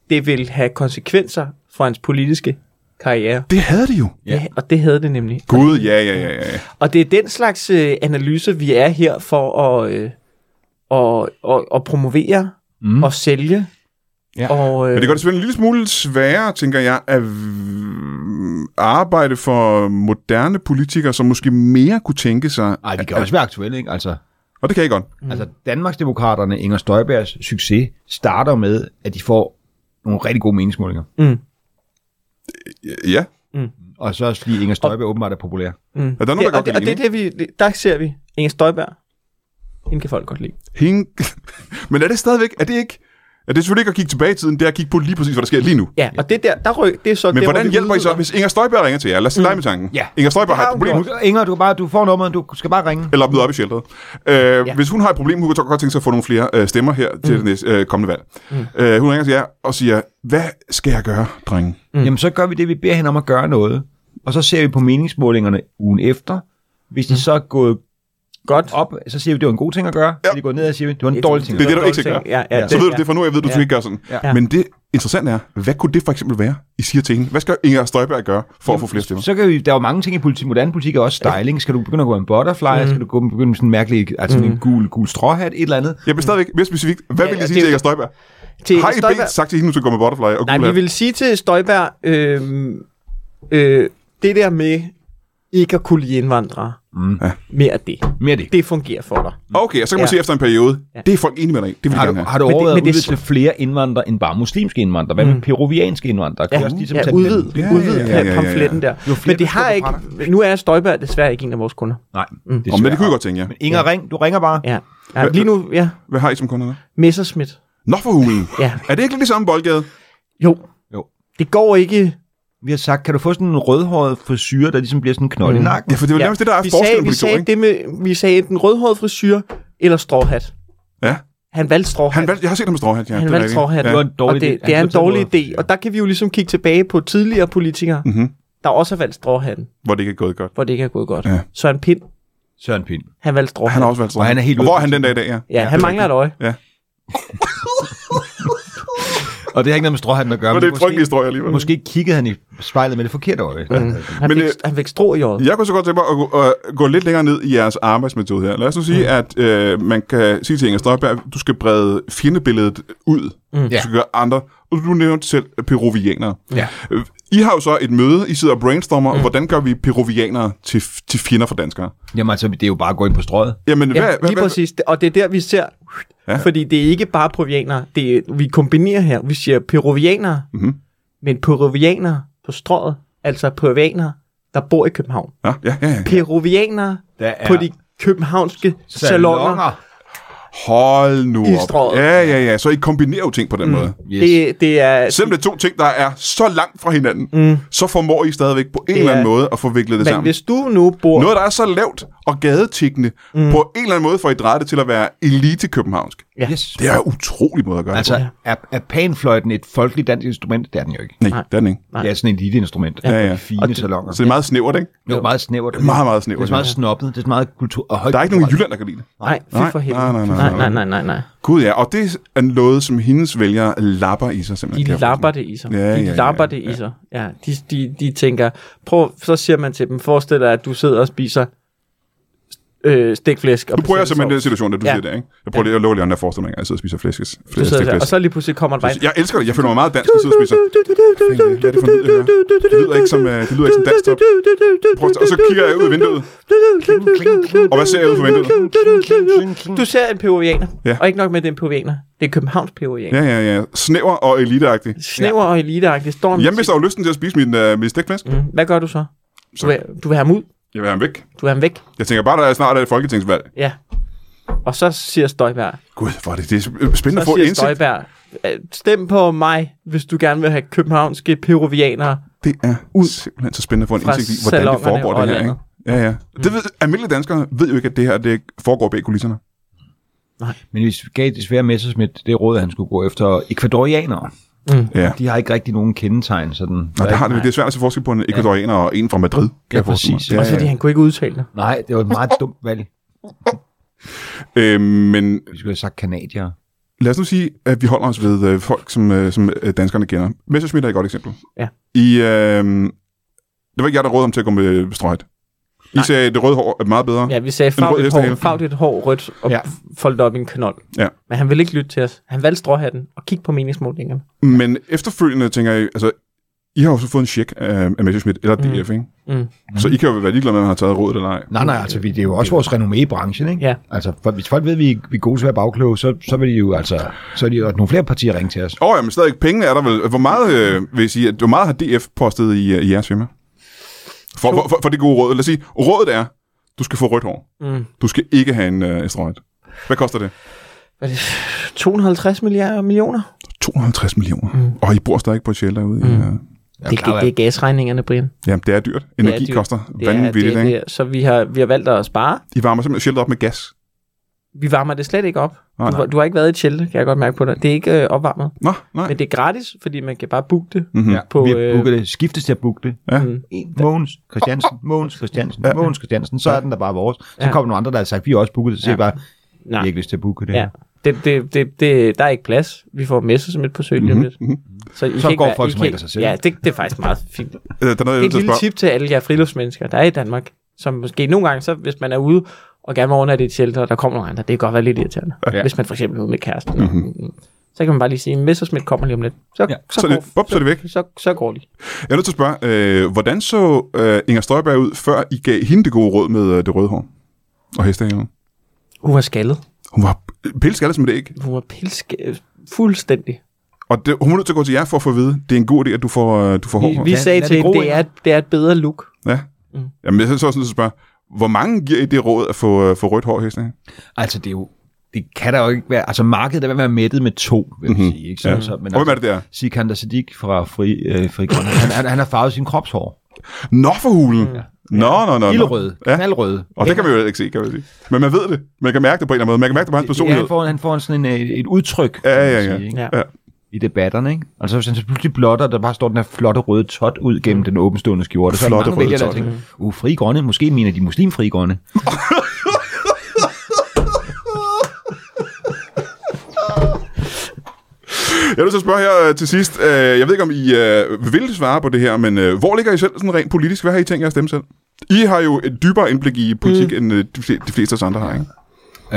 S3: det ville have konsekvenser for hans politiske karriere.
S1: Det havde de jo.
S2: Ja.
S3: Ja. ja og det havde det nemlig.
S1: Gud, ja, ja, ja. ja.
S3: Og det er den slags øh, analyser, vi er her for at, øh, og, og, og promovere mm. og sælge.
S2: Ja.
S3: Og, øh,
S1: Men det gør det selvfølgelig en lille smule sværere, tænker jeg, at arbejde for moderne politikere, som måske mere kunne tænke sig...
S2: Ej, de kan også være aktuelle, ikke? Altså,
S1: Og det kan I godt.
S2: mm. altså Danmarksdemokraterne, Inger Støjbergs succes, starter med, at de får nogle rigtig gode meningsmålinger.
S3: mm,
S1: Ja.
S2: Og så også fordi Inger Støjberg åbenbart er populær.
S3: mm.
S1: Er der nogen,
S3: det,
S1: der
S3: og,
S1: godt
S3: det,
S1: kan
S3: og
S1: lide
S3: det er
S1: hende?
S3: det, vi, det, der ser vi Inger Støjberg. Hende kan folk godt lide.
S1: Hende... <laughs> Men er det stadigvæk... Er det ikke... Er det selvfølgelig ikke at kigge tilbage i tiden, det er at kigge på lige præcis, hvad der sker lige nu.
S3: Ja, og det der, der ryk, det er så
S1: Men
S3: der, hvor
S1: hvordan
S3: vi
S1: hjælper I så,
S3: udvider.
S1: hvis Inger Støjberg ringer til jer? Lad os lege med tanken.
S2: Ja.
S1: Inger Støjberg har et
S3: har hun
S1: problem.
S3: gjort.
S1: Hun,
S2: Nu, Inger, du, kan bare, du får nummeret, du skal bare ringe.
S1: eller møder op i shelteret. Øh, ja.
S3: Ja.
S1: Hvis hun har et problem, hun kunne så godt tænke sig at få nogle flere øh, stemmer her til mm. det næste, øh, kommende valg. Mm. Øh, hun ringer til jer og siger, hvad skal jeg gøre, drenge?
S2: Mm. Jamen, så gør vi det, vi beder hende om at gøre noget. Og så ser vi på meningsmålingerne ugen efter. Hvis de så er gået
S3: Godt.
S2: op, så siger vi, det var en god ting at gøre. Ja. Hvis de går ned og siger, vi, det var en dårlig ting
S1: Det
S2: at
S1: er
S2: gøre.
S1: det, du ikke skal
S3: Dårlig ting. Ja, ja,
S1: så ved du
S3: ja.
S1: det, for nu jeg ved, du
S3: Ja.
S1: ja. ikke gøre sådan. Ja.
S3: Ja.
S1: Men det interessante er, hvad kunne det for eksempel være, I siger til hende? Hvad skal Inger Støjberg gøre for at få flere stemmer?
S2: Så kan vi, der er jo mange ting i politik, moderne politik er også styling. Skal du begynde at gå med en butterfly? Mm. Skal du gå- begynde med sådan en mærkelig, altså mm. en gul, gul stråhat, et eller andet?
S1: Jeg vil stadigvæk mere specifikt. Hvad
S3: Ja,
S1: vil I
S3: ja,
S1: sige til
S3: det er jo-
S1: Inger Støjberg?
S3: Til Inger
S1: Har I
S3: Støjberg-
S1: bedt sagt til hende, hun skal gå med butterfly og
S3: Nej,
S1: gule
S3: vi vil sige til Støjberg, øh, øh, det der med ikke at kunne lide indvandrere, mm.
S1: Ja.
S3: mere af det.
S2: Mere det.
S3: Det fungerer for dig.
S1: hat? Okay, og så kan man
S3: Ja.
S1: sige efter en periode,
S3: Ja.
S1: det er folk enige med dig i. Det vil de
S2: Har du,
S1: gerne have.
S2: har du
S3: Men det-
S2: overvejet
S3: men
S2: at
S3: det er
S2: udvide
S3: s-
S2: til flere indvandrere end bare muslimske indvandrere? Hvad med peruvianske indvandrere? Kan
S3: Ja,
S2: vi også ligesom
S3: ja
S2: tage dem?
S3: udvid,
S1: Ja,
S3: ja, udvid
S1: ja,
S3: ja,
S1: ja, ja, ja.
S3: pamfletten der.
S2: Jo flere
S3: Men det har ikke,
S2: beskeder,
S3: nu er Støjberg desværre ikke en af vores kunder.
S2: Nej, det
S1: Om det, det kunne I godt tænke jer.
S2: Men Inger, ring. Du ringer bare.
S3: Ja. ja lige nu, ja,
S1: Hvad har I som kunder?
S3: Messerschmidt.
S1: Nå for hulen.
S3: Ja.
S1: ligesom Er det ikke lidt det samme boldgade?
S3: Jo,
S2: Jo.
S3: det går ikke
S2: Vi har sagt, kan du få sådan en rødhåret frisyr, der ligesom bliver sådan en knold
S3: Mm.
S2: i nakken?
S1: Ja, for det var ja. nærmest det, der er
S3: vi sagde,
S1: forskellen på
S3: vi
S1: de to,
S3: sagde,
S1: ikke?
S3: det med, vi sagde enten rødhåret frisyr eller stråhat.
S1: Ja.
S3: Han valgte stråhat.
S1: Han valgte, jeg har set ham med stråhat, ja.
S3: han
S1: det er
S3: valgte
S1: rigtigt.
S3: stråhat.
S1: Ja.
S2: Det var en dårlig
S3: og
S2: idé.
S3: det,
S2: Han
S3: det er
S2: skulle
S3: en
S2: tage
S3: dårlig
S2: noget-
S3: idé. Og der kan vi jo ligesom kigge tilbage på tidligere politikere,
S1: Mhm.
S3: der også har valgt stråhatten,
S1: Hvor det ikke er gået godt.
S3: hvor det ikke er gået godt.
S1: Ja.
S3: Søren Pind,
S2: Søren Pind.
S3: han valgte stråhatten.
S1: Han har også valgt stråhat.
S2: Og han er helt
S1: og hvor er
S2: ude.
S1: han den dag i dag, ja?
S3: Ja, han mangler et øje.
S2: Og det har ikke noget med stråhatten at gøre.
S1: Men
S2: men
S1: det er en
S2: måske-
S1: frygtelig historie alligevel.
S2: Måske kiggede han i spejlet med det forkerte øje. Mm.
S3: Han,
S1: Men,
S3: fik,
S1: øh,
S3: han fik strå i øjet.
S1: Jeg kunne så godt tænke mig at gå, øh, gå lidt længere ned i jeres arbejdsmetode her. Lad os nu sige, mm. at øh, man kan sige til Inger Støjberg, at du skal brede fjendebilledet ud. Mm. Du skal gøre andre. Og du nævnte selv peruvianere.
S2: Ja.
S1: Øh, I har jo så et møde, I sidder og brainstormer, mm. hvordan gør vi peruvianere til, til fjender for danskere?
S2: Jamen altså, det er jo bare at gå ind på strøget.
S1: Jamen,
S3: Ja,
S1: hvad, hvad,
S3: lige
S1: hvad,
S3: præcis. Og det er der, vi ser,
S1: Ja.
S3: ja. fordi det er ikke bare peruvianere. Det er, vi kombinerer her. Vi siger peruvianere,
S1: Mhm.
S3: men peruvianere på strøget, altså peruvianere, der bor i København.
S1: Ja, ja, ja, ja.
S3: Peruvianere
S2: Der
S3: ja.
S2: er
S3: på de københavnske salonger. salonger.
S1: Hold nu
S3: I
S1: op.
S3: strøget.
S1: Ja, ja, ja. Så I kombinerer jo ting på den mm. måde.
S2: Yes. Det...
S3: Det, det er
S1: Selvom det er to ting, der er så langt fra hinanden, mm. så formår I stadigvæk på en
S3: Det
S1: eller anden
S3: er-
S1: måde at forvikle det
S3: Men
S1: sammen.
S3: hvis du nu bor...
S1: Noget, der er så lavt og gadetikkende, mm. på en eller anden måde får I drejet det til at være elite københavnsk.
S3: Ja.
S2: Yes.
S1: Det er en utrolig måde at gøre
S2: Altså,
S1: det
S2: er, er panfløjten et folkeligt dansk instrument? Det er den jo ikke.
S1: på. Nej, det er den ikke.
S3: Nej.
S2: Det er sådan et lille instrument. Ja,
S1: ja.
S2: De fine
S3: Og
S2: det,
S3: det-
S2: salonger.
S1: Så det er meget snævert, ikke?
S2: det er meget snævert.
S1: Meget, meget
S2: Det
S1: snævert.
S2: er meget snobbet. Det er meget kultur. Og højt
S1: Der er ikke nogen i Jylland, der kan lide det.
S3: Nej,
S1: Nej,
S3: fy for helvede.
S1: nej, nej, nej, nej.
S3: nej, nej, nej, nej.
S1: Gud ja, og det er noget, som hendes vælgere lapper i sig
S3: De
S1: simpelthen. kan jeg forestille
S3: lapper
S1: mig.
S3: det i sig.
S1: Ja, ja,
S3: de
S1: ja,
S3: lapper
S1: ja.
S3: det i sig. Ja, de, de, de tænker, prøv, så siger man til dem, forestil dig, at du sidder og spiser øh, stikflæsk. Og
S1: Nu prøver jeg
S3: persillesovs.
S1: simpelthen den situation, der du
S3: Ja.
S1: siger der, ikke? Jeg prøver lige at love lige andre forestilling, at jeg sidder og spiser flæsk.
S3: Du sidder der, og
S1: flæsk.
S3: så lige pludselig kommer der bare en-
S1: Jeg elsker det. Jeg føler mig meget dansk, at sidde og spiser. Hvad er det for en lyd, det her? Det lyder ikke som, øh, det lyder ikke som dansk top. Prøv at- Og så kigger jeg ud af vinduet. Og hvad ser jeg ud for vinduet?
S3: Du ser en peruvianer,
S1: Ja.
S3: og ikke nok med den peruvianer. Det er Københavns peruvianer.
S1: Ja, ja, ja. Snæver og eliteagtig.
S3: Snæver og eliteagtig står med
S1: Jamen, hvis
S3: sit-
S1: der var lysten til at spise min, øh, min stikflæsk,
S3: Mm, Hvad gør du så?
S1: Så-
S3: Du vil, du vil have ham ud.
S1: jeg vil have ham væk.
S3: Du vil have ham væk.
S1: Jeg tænker bare, der er snart er et folketingsvalg.
S3: Ja. Og så siger Støjberg,
S1: Gud, hvor er det, det er spændende
S3: så
S1: at få
S3: siger
S1: indsigt.
S3: Støjberg, "Øh, stem på mig, hvis du gerne vil have københavnske peruvianere.
S1: Det er ud simpelthen så spændende at få en
S3: fra
S1: indsigt i, hvordan det
S3: salongerne
S1: foregår
S3: og
S1: det her. Ikke?
S3: landet.
S1: Ja, ja. Det ved, almindelige danskere ved jo ikke, at det her det foregår bag kulisserne.
S2: Men vi gav desværre Messersmith det råd, at han skulle gå efter ekvadorianere.
S1: Ja.
S2: De har ikke rigtig nogen kendetegn. Sådan.
S1: Nå, der har det, det er svært at se forskel på en ekvadorianer og en fra Madrid. kan
S2: Ja,
S1: jeg forestille mig.
S2: præcis.
S3: Og så fordi han kunne ikke udtale det.
S2: Nej, det var et meget dumt valg.
S1: Ja, ja. Øh, men
S2: Vi skulle have sagt kanadier.
S1: lad os nu sige, at vi holder os ved øh, folk, som, øh, som øh, danskerne kender. Messerschmidt er et godt eksempel.
S3: Ja.
S1: I, øh, det var ikke jeg, der rådede ham til at gå med strøget. I
S3: Nej.
S1: sagde, at det røde hår er meget bedre.
S3: Ja, vi sagde,
S1: rød
S3: farv dit,
S1: hestehale.
S3: hår, farv dit hår rødt og
S2: Ja.
S3: ja. fold det op i en knold.
S1: Ja.
S3: Men han ville ikke lytte til os. Han valgte stråhatten og kigge på meningsmålingerne.
S1: Men efterfølgende tænker jeg, altså, I har jo så fået en check af, af Messerschmidt, eller DF, ikke?
S3: Mm.
S1: Så I kan jo være ligeglade med, om han har taget rådet eller ej.
S2: Nej, nej, altså vi, det er jo også vores renommé i branchen, ikke?
S3: Ja.
S2: Altså, for, hvis folk ved, at vi, vi er gode til at være bagkloge, så, så vil de jo altså, så er de jo at nogle flere partier ringe til os.
S1: Åh, oh, ja, men stadig pengene er der vel. Hvor meget, øh, vil I sige, at, hvor meget har DF postet i, øh, i jeres firma? For, for, for, for det gode råd. Lad os sige, rådet er, du skal få rødt hår.
S3: Mm.
S1: Du skal ikke have en, øh, en strøget. Hvad koster det?
S3: Hvad er det? 250 milliarder millioner?
S1: 250 millioner. Mm. Og I bor stadig på et shelter ude. Mm. Ja.
S2: Ja,
S3: det,
S2: klar,
S3: det, det er gasregningerne, Brian.
S1: Jamen, det er dyrt. Energi
S3: dyrt.
S1: koster
S3: Det er-
S1: vanvittigt.
S3: det,
S1: ikke?
S3: det, Så vi har, vi har valgt at spare.
S1: I varmer simpelthen shelter op med gas.
S3: Vi varmer det slet ikke op.
S1: Nej,
S3: du,
S1: nej.
S3: du har ikke været i et shelter, kan jeg godt mærke på dig. Det er ikke øh, opvarmet.
S1: Nå, nej.
S3: Men det er gratis, fordi man kan bare booke det.
S1: Mm-hmm.
S2: Ja,
S3: på,
S2: vi
S3: øh,
S2: har booket det. Skiftes til at booke det.
S1: Ja.
S3: Mm.
S2: Mogens Christiansen, Mogens Christiansen,
S1: Ja.
S2: Mogens Christiansen, så er den der bare vores. Så
S3: Ja.
S2: kommer nogle andre, der har sagt, vi har også booket det, så siger
S3: Ja.
S2: vi bare, vi har
S3: Nej,
S2: ikke lyst til at booke det.
S3: ja.
S2: her.
S3: Det, det, det, det, der er ikke plads. Vi får messer som et på søg lige
S1: Mhm.
S3: om lidt. Så, I
S2: Så
S3: kan ikke
S2: går
S3: være-
S2: folk
S3: I
S2: som
S3: kan
S2: regel
S3: ikke-
S2: sig selv.
S3: Ja, det, det er faktisk meget fint. Det
S1: Øh, Der er noget, jeg
S3: er
S1: vil
S3: et
S1: til at
S3: lille
S1: spørge.
S3: tip til alle jer friluftsmennesker, der er i Danmark, som måske nogle gange, så hvis man er ude og gerne vil overnatte i et shelter, og der kommer nogle andre, det kan godt være lidt irriterende.
S2: Ja.
S3: Hvis man for eksempel er ude med kæresten. Mm-hmm. Så kan man bare lige sige, Messersmith kommer lige om lidt. Så,
S2: Ja.
S1: Så er det-
S3: går,
S1: bup, så er det væk.
S3: Så, så går de.
S1: Jeg er nødt til at spørge, øh, hvordan så øh, Inger Støjberg ud, før I gav hende det gode råd med øh, det røde hår? Og hestehælen?
S3: Hun var skaldet.
S1: Hun var pilskaldet som det ikke.
S3: Hun var pilsk... øh, Fuldstændig.
S1: Og det, hun er nødt til at gå til jer for at få at vide, det er en god idé, at du får, øh, du får hår.
S3: Vi,
S1: på.
S3: vi
S2: Lad-
S3: sagde
S2: lad
S3: til
S2: det
S3: hende,
S2: gro,
S3: det
S2: ikke?
S3: er, et- det er et bedre look.
S1: Ja. Mm. Jamen, jeg er så også nødt til at spørge, hvor mange giver I det råd at få, øh, få rødt hår, Hestehælen?
S2: Altså, det er jo det kan der jo ikke være, altså markedet er ved at være mættet med to, vil jeg mm-hmm. sige. Ikke? Så,
S1: Mhm. Ja.
S2: så, men
S1: Og hvem er det der?
S2: Sikander Siddiq fra Fri, øh, Fri Grønne, han, han, han har farvet sin kropshår.
S1: Nå for hulen! Ja. Nå, nå, nå, nå.
S2: Ilderød,
S1: Ja.
S2: knaldrød.
S1: Og det kan man jo ikke se, kan man sige. Men man ved det. Man kan mærke det på en eller anden måde. Man kan mærke det på hans
S2: Ja, han
S1: personlighed.
S2: får, han får sådan en, øh, et udtryk
S1: Ja,
S2: kan man
S1: ja, ja.
S2: sige, ikke?
S3: Ja.
S1: Ja.
S2: i debatterne. Ikke? Altså hvis han så pludselig blotter, der bare står den her flotte røde tot ud gennem den åbenstående skjorte. Så er der
S1: Mhm. Flotte
S2: mange vælgere, der
S1: røde tot.
S2: tænker, uh, frie grønne, måske mener de muslimfrie grønne.
S1: Jeg er nødt til at spørge her øh, til sidst. Øh, Jeg ved ikke, om I øh, vil svare på det her, men øh, hvor ligger I selv sådan rent politisk? Hvad har I tænkt jer at stemme selv? I har jo et dybere indblik i politik, mm. end øh, de fle- de fleste af os andre har, ikke?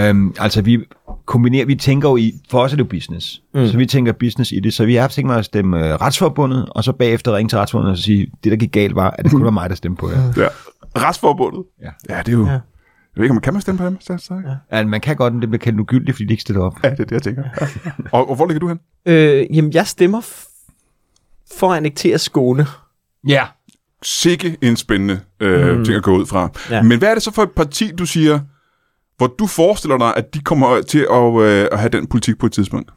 S2: Øhm, altså vi kombinerer, vi tænker jo i, for os er det jo business. Mm. Så vi tænker business i det. Så vi har haft tænkt mig at stemme øh, retsforbundet, og så bagefter ringe til retsforbundet og så sige, det der gik galt var, at det kun var mig, der stemte på jer.
S1: Ja. Retsforbundet.
S2: Ja.
S1: ja, det er jo... Ja. Jeg ved ikke, om man kan man stemme på dem? Så, så, ja.
S2: Altså, man kan godt, men det bliver kendt ugyldigt, fordi de ikke stiller op.
S1: ja, det er det, jeg tænker. <laughs> Ja. Og, og hvor ligger du hen?
S3: Øh, jamen, jeg stemmer f- for at annektere Skåne.
S2: Ja.
S1: Sikke en spændende øh, mm. ting at gå ud fra. Ja.
S3: Ja.
S1: Men hvad er det så for et parti, du siger, hvor du forestiller dig, at de kommer til at, øh, at have den politik på et tidspunkt?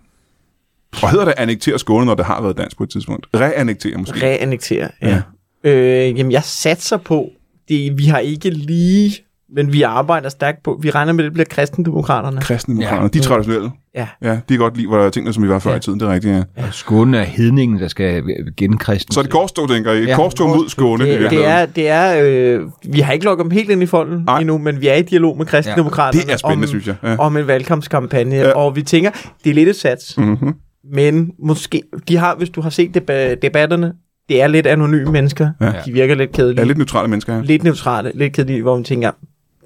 S1: Og hedder det annektere Skåne, når det har været dansk på et tidspunkt? Reannektere måske? Re-
S3: Reannektere, ja. ja. Øh, jamen, jeg satser på, det, vi har ikke lige, men vi arbejder stærkt på, vi regner med, at det bliver kristendemokraterne.
S1: Kristendemokraterne, ja. de er traditionelle.
S3: Ja.
S1: Ja, de kan godt lide, hvor der er tingene, som vi var før ja. i tiden, det er rigtigt, ja.
S2: Og Skåne er hedningen, der skal øh, genkristnes.
S1: Så er det Korstog, tænker I? Ja,
S2: Ja.
S1: Korstog mod Skåne. i
S3: Det, det
S1: virkeligheden.
S3: er, det er øh, vi har ikke lukket dem helt ind i folden
S1: Nej.
S3: Ej. endnu, men vi er i dialog med kristendemokraterne
S1: Det er spændende,
S3: om,
S1: synes jeg. Ja.
S3: om en valgkampskampagne,
S1: Ja.
S3: ja. og vi tænker, det er lidt et sats,
S1: Mm-hmm.
S3: men måske, de har, hvis du har set deba- debatterne, det er lidt anonyme mennesker,
S1: Ja.
S3: ja. de virker lidt
S1: Jeg
S3: kedelige,
S1: er
S3: lidt...
S1: lidt neutrale mennesker her.
S3: lidt neutrale, lidt kedelige, hvor man tænker,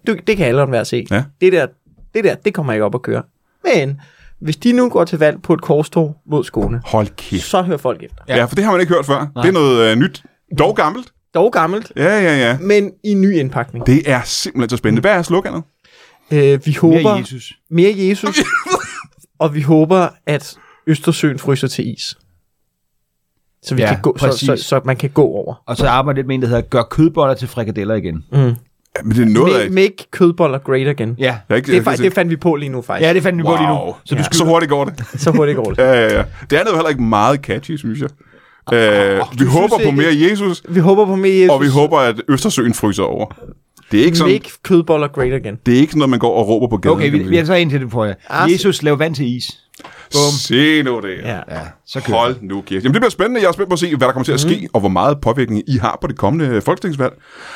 S3: du, det kan alle være se.
S1: Ja.
S3: Det, der, det der, det kommer ikke op at køre. Men hvis de nu går til valg på et korstog mod Skåne,
S1: Hold kæft.
S3: så hører folk efter.
S1: Ja. ja, for det har man ikke hørt før. Nej. Det er noget øh, nyt. Dog gammelt.
S3: Dog gammelt,
S1: Ja, ja, ja.
S3: men i ny indpakning.
S1: Det er simpelthen så spændende. Hvad er sloganet?
S3: Øh, vi håber...
S2: Mere Jesus.
S3: mere Jesus, og vi håber, at Østersøen fryser til is. Så, vi
S2: Ja,
S3: ja, kan gå, så,
S2: præcis.
S3: så, så man kan gå over.
S2: Og så arbejder lidt med en, der hedder, gør kødboller til frikadeller igen.
S3: Mm.
S1: Ja, men det er noget af...
S3: Make, make kødboller great again.
S2: Ja.
S1: Jeg er ikke,
S3: Det, er,
S1: jeg kan
S3: fa-
S1: ikke
S3: det fandt vi på lige nu faktisk.
S2: Ja, det fandt vi
S1: se-
S2: på lige nu.
S1: Wow.
S2: Så du
S1: ja. så hurtigt går det.
S3: Så hurtigt går det.
S1: Ja, ja, ja. Det andet er jo heller ikke meget catchy, synes jeg. Øh, vi håber på
S3: ikke-
S1: mere Jesus,
S3: Vi håber på mere Jesus.
S1: og vi håber, at Østersøen fryser over. Det er ikke sådan,
S3: Make kødboller great again.
S1: det er ikke sådan, noget, man går og råber på gaden.
S2: Okay, vi, vi er så ind til det på jer.
S3: Ah,
S2: Jesus, lav vand til is. Bum.
S1: Se nu det.
S3: Ja. ja.
S2: Ja, så kører
S1: Hold nu kæft. Jamen, det bliver spændende. Jeg er spændt på at se, hvad der kommer til at ske,
S2: Mhm.
S1: mm. og hvor meget påvirkning I har på det kommende øh, folketingsvalg.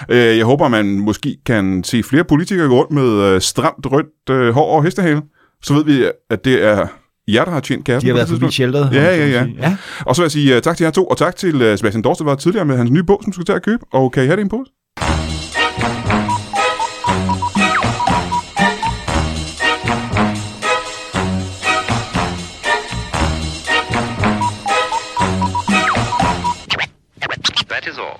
S1: Øh, Jeg håber, man måske kan se flere politikere gå rundt med øh, stramt rødt øh, hår og hestehale. Så ved vi, at det er jer, der har tjent kassen. på det
S2: De har været forbi
S1: tidspunkt.
S2: shelteret.
S1: Ja,
S2: om man
S1: ja,
S2: så må
S1: ja.
S2: sige.
S3: Ja.
S1: Og så vil jeg sige uh, tak til jer to, og tak til uh, Sebastian Dorst, der var tidligere med hans nye bog, som du skal til at købe. Og kan I have det i en pose?
S4: That is all.